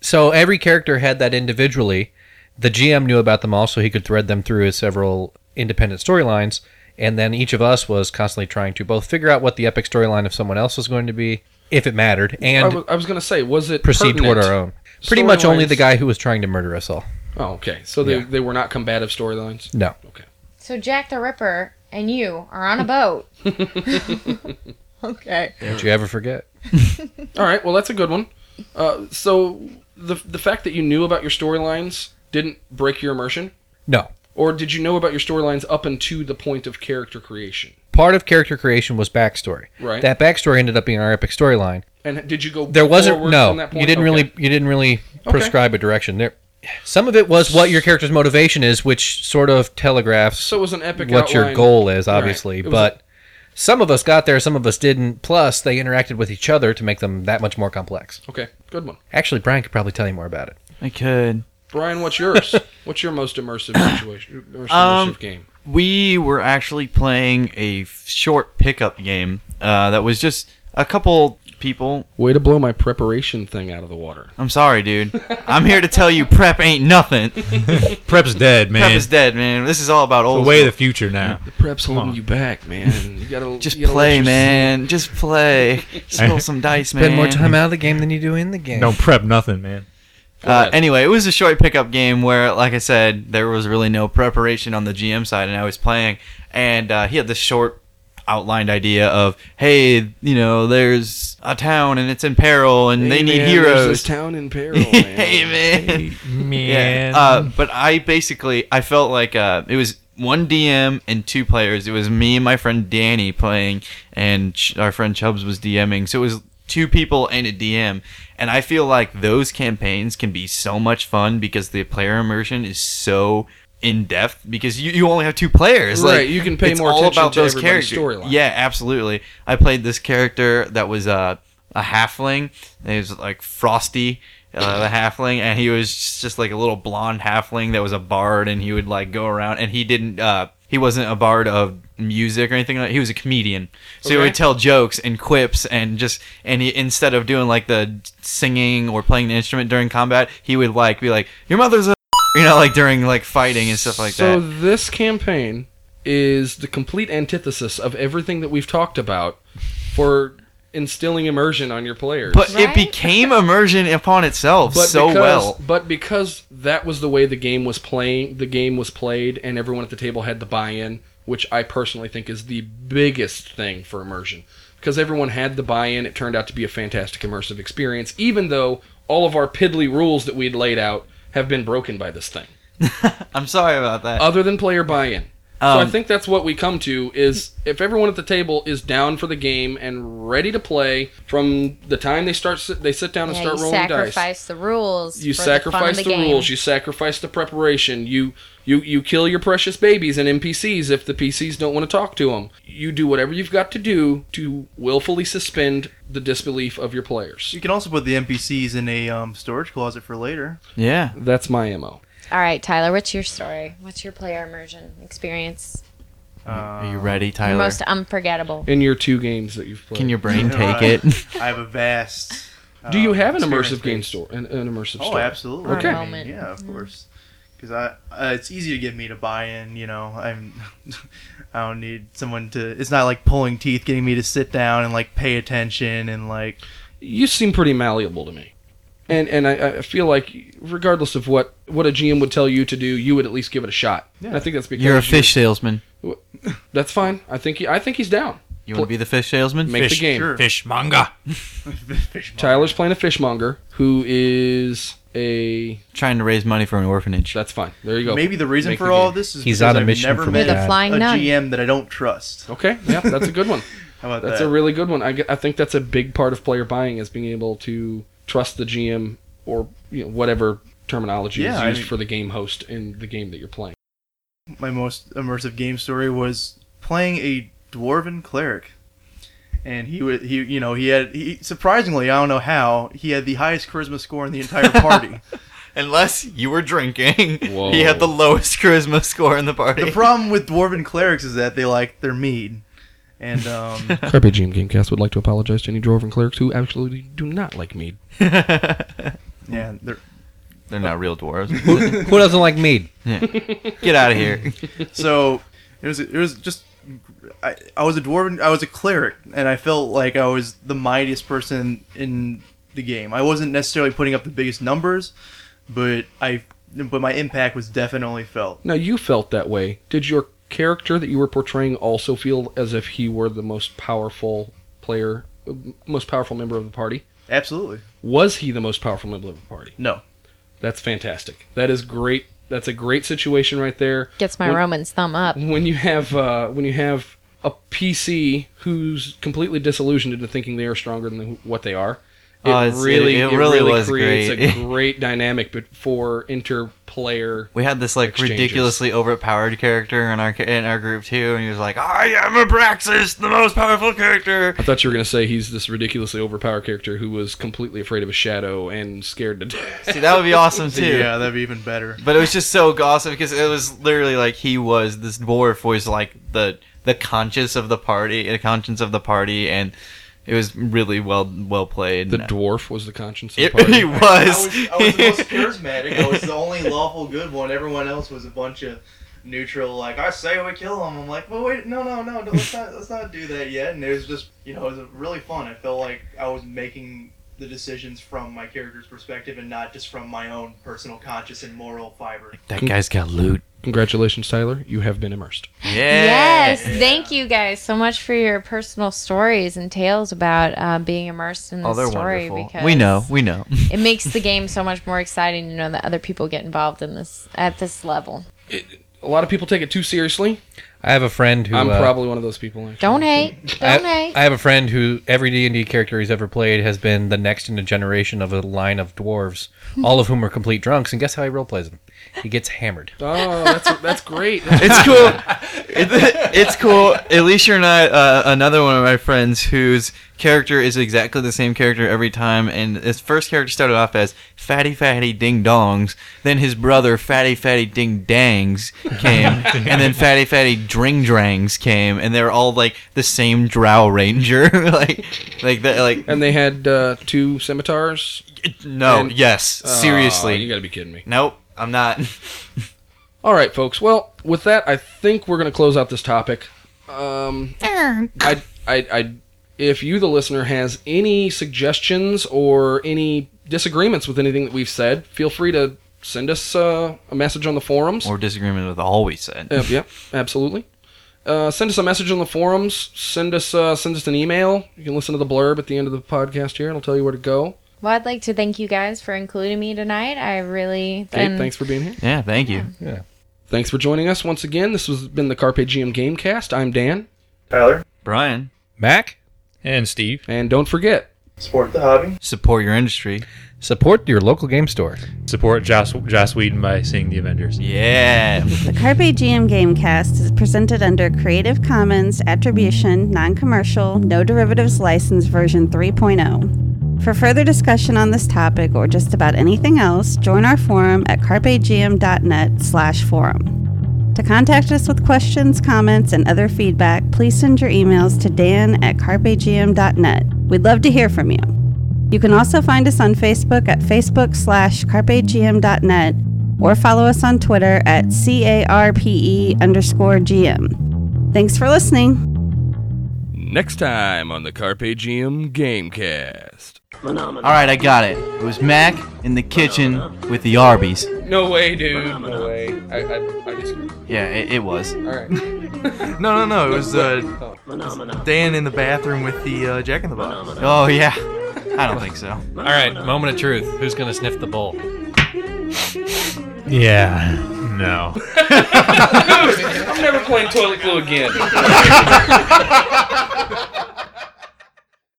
B: So every character had that individually. The GM knew about them all, so he could thread them through his several independent storylines. And then each of us was constantly trying to both figure out what the epic storyline of someone else was going to be, if it mattered,
A: I
B: and
A: was, I was going to say, was it
B: proceed toward our own. Pretty much only the
A: storylines?
B: guy who was trying to murder us all.
A: Oh, okay. So they,
B: Yeah.
A: they were not combative storylines.
B: No.
A: Okay.
E: so Jack the Ripper and you are on a boat. okay.
B: Don't you ever forget.
A: All right. Well, that's a good one. Uh, so the the fact that you knew about your storylines didn't break your immersion,
B: No.
A: or did you know about your storylines up until the point of character creation?
B: Part of character creation was backstory.
A: Right.
B: That backstory ended up being our epic storyline.
A: And did you go?
B: There wasn't
A: forward
B: no.
A: from that point?
B: You didn't
A: Okay.
B: really you didn't really prescribe a direction. There some of it was what your character's motivation is, which sort of telegraphs
A: So it was an epic.
B: what your
A: outline.
B: goal is,
A: Right.
B: obviously.
A: It was
B: But some of us got there, some of us didn't. Plus, they interacted with each other to make them that much more complex.
A: Okay. Good one.
B: Actually, Brian could probably tell you more about it.
C: I could.
A: Brian, what's yours? what's your most immersive situation? Immersive,
C: Um,
A: immersive game.
C: we were actually playing a f- short pickup game uh, that was just a couple people.
A: Way to blow my preparation thing out of the water.
C: I'm sorry, dude. I'm here to tell you prep ain't nothing.
F: Prep's dead, man.
C: Prep is dead, man. This is all about
F: the
C: old.
F: way of the
C: school.
F: future now.
A: The prep's holding you back, man. You gotta
C: just
A: you gotta let
C: play,
A: your-
C: man. Just play. Just roll some dice, man.
B: Spend more time out of the game than you do in the game.
F: Don't prep nothing, man.
C: Uh,
A: ahead.
C: anyway, it was a short pickup game where, like I said, there was really no preparation on the GM side, and I was playing, and uh, he had this short outlined idea of, hey, you know, there's a town and it's in peril, and they
A: Hey,
C: need
A: man, There's this
C: heroes.
A: town in peril, man.
C: hey, man.
F: Man.
C: Uh, but I basically I felt like uh, it was one DM and two players. It was me and my friend Danny playing, and Ch- our friend Chubbs was DMing. So it was two people and a DM. And I feel like those campaigns can be so much fun because the player immersion is so in depth because you, you only have two players.
A: Right,
C: Like
A: you can pay
C: it's
A: more
C: all
A: attention
C: about
A: to
C: those
A: everybody's
C: characters.
A: storyline.
C: Yeah, absolutely. I played this character that was uh, a halfling. And he was like Frosty, uh, the halfling, and he was just like a little blonde halfling that was a bard, and he would like go around, and he didn't. Uh, he wasn't a bard of music or anything like. He was a comedian, so he
A: Okay.
C: would tell jokes and quips and just and he instead of doing like the singing or playing the instrument during combat, he would like be like, "Your mother's a," you know, like during like fighting and stuff like
A: so
C: that.
A: this campaign is the complete antithesis of everything that we've talked about for instilling immersion on your players.
C: But it
E: Right?
C: became immersion upon itself so
A: because,
C: well.
A: But because that was the way the game was playing, the game was played, and everyone at the table had the buy-in, which I personally think is the biggest thing for immersion. Because everyone had the buy-in, it turned out to be a fantastic immersive experience, even though all of our piddly rules that we'd laid out have been broken by this thing.
C: I'm sorry about that.
A: Other than player buy-in. so
C: Um,
A: I think that's what we come to is if everyone at the table is down for the game and ready to play from the time they start sit- they sit down and
E: Yeah,
A: start
E: you
A: rolling
E: sacrifice
A: dice
E: the rules.
A: you
E: for
A: sacrifice
E: the,
A: the,
E: fun of game.
A: rules you sacrifice the preparation you you you kill your precious babies and npcs if the pcs don't want to talk to them you do whatever you've got to do to willfully suspend the disbelief of your players
D: You can also put the NPCs in a um, storage closet for later.
C: yeah.
A: that's my mo
E: All right, Tyler, what's your story? What's your player immersion experience?
C: Are you ready,
E: Your
C: Tyler?
E: most unforgettable.
A: in your two games that you've played
C: Can your brain
D: Yeah,
C: take it?
D: I have a vast.
A: do you
C: Oh,
D: um,
A: have an
D: experience
A: immersive
D: base.
A: game store an, an immersive
D: Oh,
A: store
D: absolutely.
A: Okay.
D: I mean,
E: Moment.
D: yeah, of course. Because I, uh, it's easy to get me to buy in. You know, I'm. I don't need someone to. It's not like pulling teeth, getting me to sit down and like pay attention and like.
A: you seem pretty malleable to me and and I, I feel like regardless of what what a gm would tell you to do you would at least give it a shot And i think that's because
C: You're a fish salesman.
A: that's fine i think he, i think he's down
C: You want to be the fish salesman?
A: Make the
F: Fish-
A: game.
D: Sure.
F: Fish manga.
A: Tyler's playing a fishmonger who is a.
C: Trying to raise money for an orphanage.
A: That's fine. There you go.
D: Maybe the reason
A: Make
D: for
A: the
D: all
A: game.
D: of this is
B: He's
D: because
B: on a
D: I've
B: mission
D: never
B: from
D: met
E: With a
B: God.
D: a
E: flying nun.
D: GM that I don't trust.
A: Okay. Yeah, that's a good one.
D: How about
A: That's
D: that?
A: a really good one. I, get- I think that's a big part of player buying is being able to trust the GM or you know, whatever terminology is
D: Yeah, I
A: used
D: mean-
A: for the game host in the game that you're playing.
D: my most immersive game story was playing a dwarven cleric, and he was he you know he had he surprisingly I don't know how he had the highest charisma score in the entire party.
C: Unless you were drinking.
A: Whoa.
C: He had the lowest charisma score in the party.
D: the problem with dwarven clerics is that they like their mead, and um,
A: Carpe GM Gamecast would like to apologize to any dwarven clerics who absolutely do not like mead.
D: yeah, they're,
C: They're not real dwarves.
B: Who doesn't like mead?
C: Get out of here.
D: so it was it was just I, I was a dwarven I was a cleric and I felt like I was the mightiest person in the game. I wasn't necessarily putting up the biggest numbers, but I but my impact was definitely felt.
A: Now you felt that way. Did your character that you were portraying also feel as if he were the most powerful player, most powerful member of the party?
D: Absolutely.
A: Was he the most powerful member of the party?
D: No.
A: That's fantastic. That is great. That's a great situation right there.
E: Gets my
A: When-
E: Roman's thumb up.
A: When you have uh, when you have a PC who's completely disillusioned into thinking they are stronger than who- what they are, it
C: Oh, it's-
A: really
C: it-
A: it,
C: it really
A: really,
C: was
A: creates
C: great.
A: a great dynamic but for interplayer.
C: We had this like
A: Exchanges.
C: ridiculously overpowered character in our in our group too, and he was like, "I am Abraxas, the most powerful character."
A: I thought you were going to say he's this ridiculously overpowered character who was completely afraid of a shadow and scared to death.
C: See, that would be awesome too.
D: Yeah, that'd be even better.
C: But it was just so awesome because it was literally like he was this dwarf was like the the conscience of the party, the conscience of the party, and it was really well well played.
A: The dwarf was the conscience of the
C: it
A: party.
C: really was.
D: charismatic. I was the only lawful good one. Everyone else was a bunch of neutral. Like I say, we kill them. I'm like, well, wait, no, no, no, let's not, let's not do that yet. And it was just, you know, it was really fun. I felt like I was making the decisions from my character's perspective and not just from my own personal conscious and moral fiber.
C: that guy's got loot.
A: Congratulations, Tyler. You have been immersed.
C: Yeah.
E: Yes, thank you guys so much for your personal stories and tales about um, being immersed in the
C: Oh, they're
E: story.
C: wonderful.
E: Because
C: We know. We know.
E: it makes the game so much more exciting to know that other people get involved in this at this level.
A: A lot of people take it too seriously.
B: I have a friend who
A: I'm
B: uh,
A: probably one of those people. actually.
E: Don't hate. Don't
B: I,
E: hate.
B: I have a friend who every D and D character he's ever played has been the next in a generation of a line of dwarves, all of whom are complete drunks. And guess how he role plays them? He gets hammered.
A: Oh, that's that's great. That's
C: It's cool. It- it's cool. At least you're not uh, another one of my friends whose character is exactly the same character every time. And his first character started off as Fatty Fatty Ding Dongs. Then his brother Fatty Fatty Ding Dangs came, and then Fatty Fatty Dring Drangs came, and they're all like the same Drow Ranger, like like that. Like
A: And they had uh, two scimitars.
C: no,
A: and-
C: yes,
A: Aw, you
C: seriously,
A: gotta be kidding me.
C: nope, I'm not.
A: All right, folks. Well, with that, I think we're gonna close out this topic. Um, I, I, I, If you, the listener, has any suggestions or any disagreements with anything that we've said, feel free to send us uh, a message on the forums.
C: or disagreement with all we said.
A: Yep, yep, absolutely. Uh, send us a message on the forums. Send us uh, send us an email. You can listen to the blurb at the end of the podcast here. It'll tell you where to go.
E: Well, I'd like to thank you guys for including me tonight. I really
A: Kate,
E: and
A: thanks for being here.
C: Yeah, thank you.
A: Thanks for joining us once again. This has been the Carpe GM Gamecast. I'm Dan,
D: Tyler,
C: Brian,
B: Mac,
F: And Steve.
A: and don't forget
D: support the hobby.
C: support your industry.
B: support your local game store.
F: Support Joss, Joss Whedon by seeing the Avengers.
C: Yeah.
G: The Carpe GM Gamecast is presented under Creative Commons Attribution, Non Commercial, No Derivatives License version 3.0. For further discussion on this topic or just about anything else, join our forum at carpegm.net slash forum. To contact us with questions, comments, and other feedback, please send your emails to dan at carpegm.net. We'd love to hear from you. You can also find us on Facebook at facebook slash carpegm.net or follow us on Twitter at carpe E underscore gm. Thanks for listening.
H: Next time on the Carpe GM Gamecast.
C: all right, I got it. It was Mac in the kitchen with the Arby's.
A: No way, dude. No way. I, I, I disagree.
C: Yeah, it, it was.
A: All right.
D: No, no, no. It was uh, Dan in the bathroom with the uh, Jack in the Box.
C: Oh yeah. I don't think so.
B: All right, moment of truth. Who's gonna sniff the bowl?
F: Yeah. No.
A: I'm never playing toilet glue again.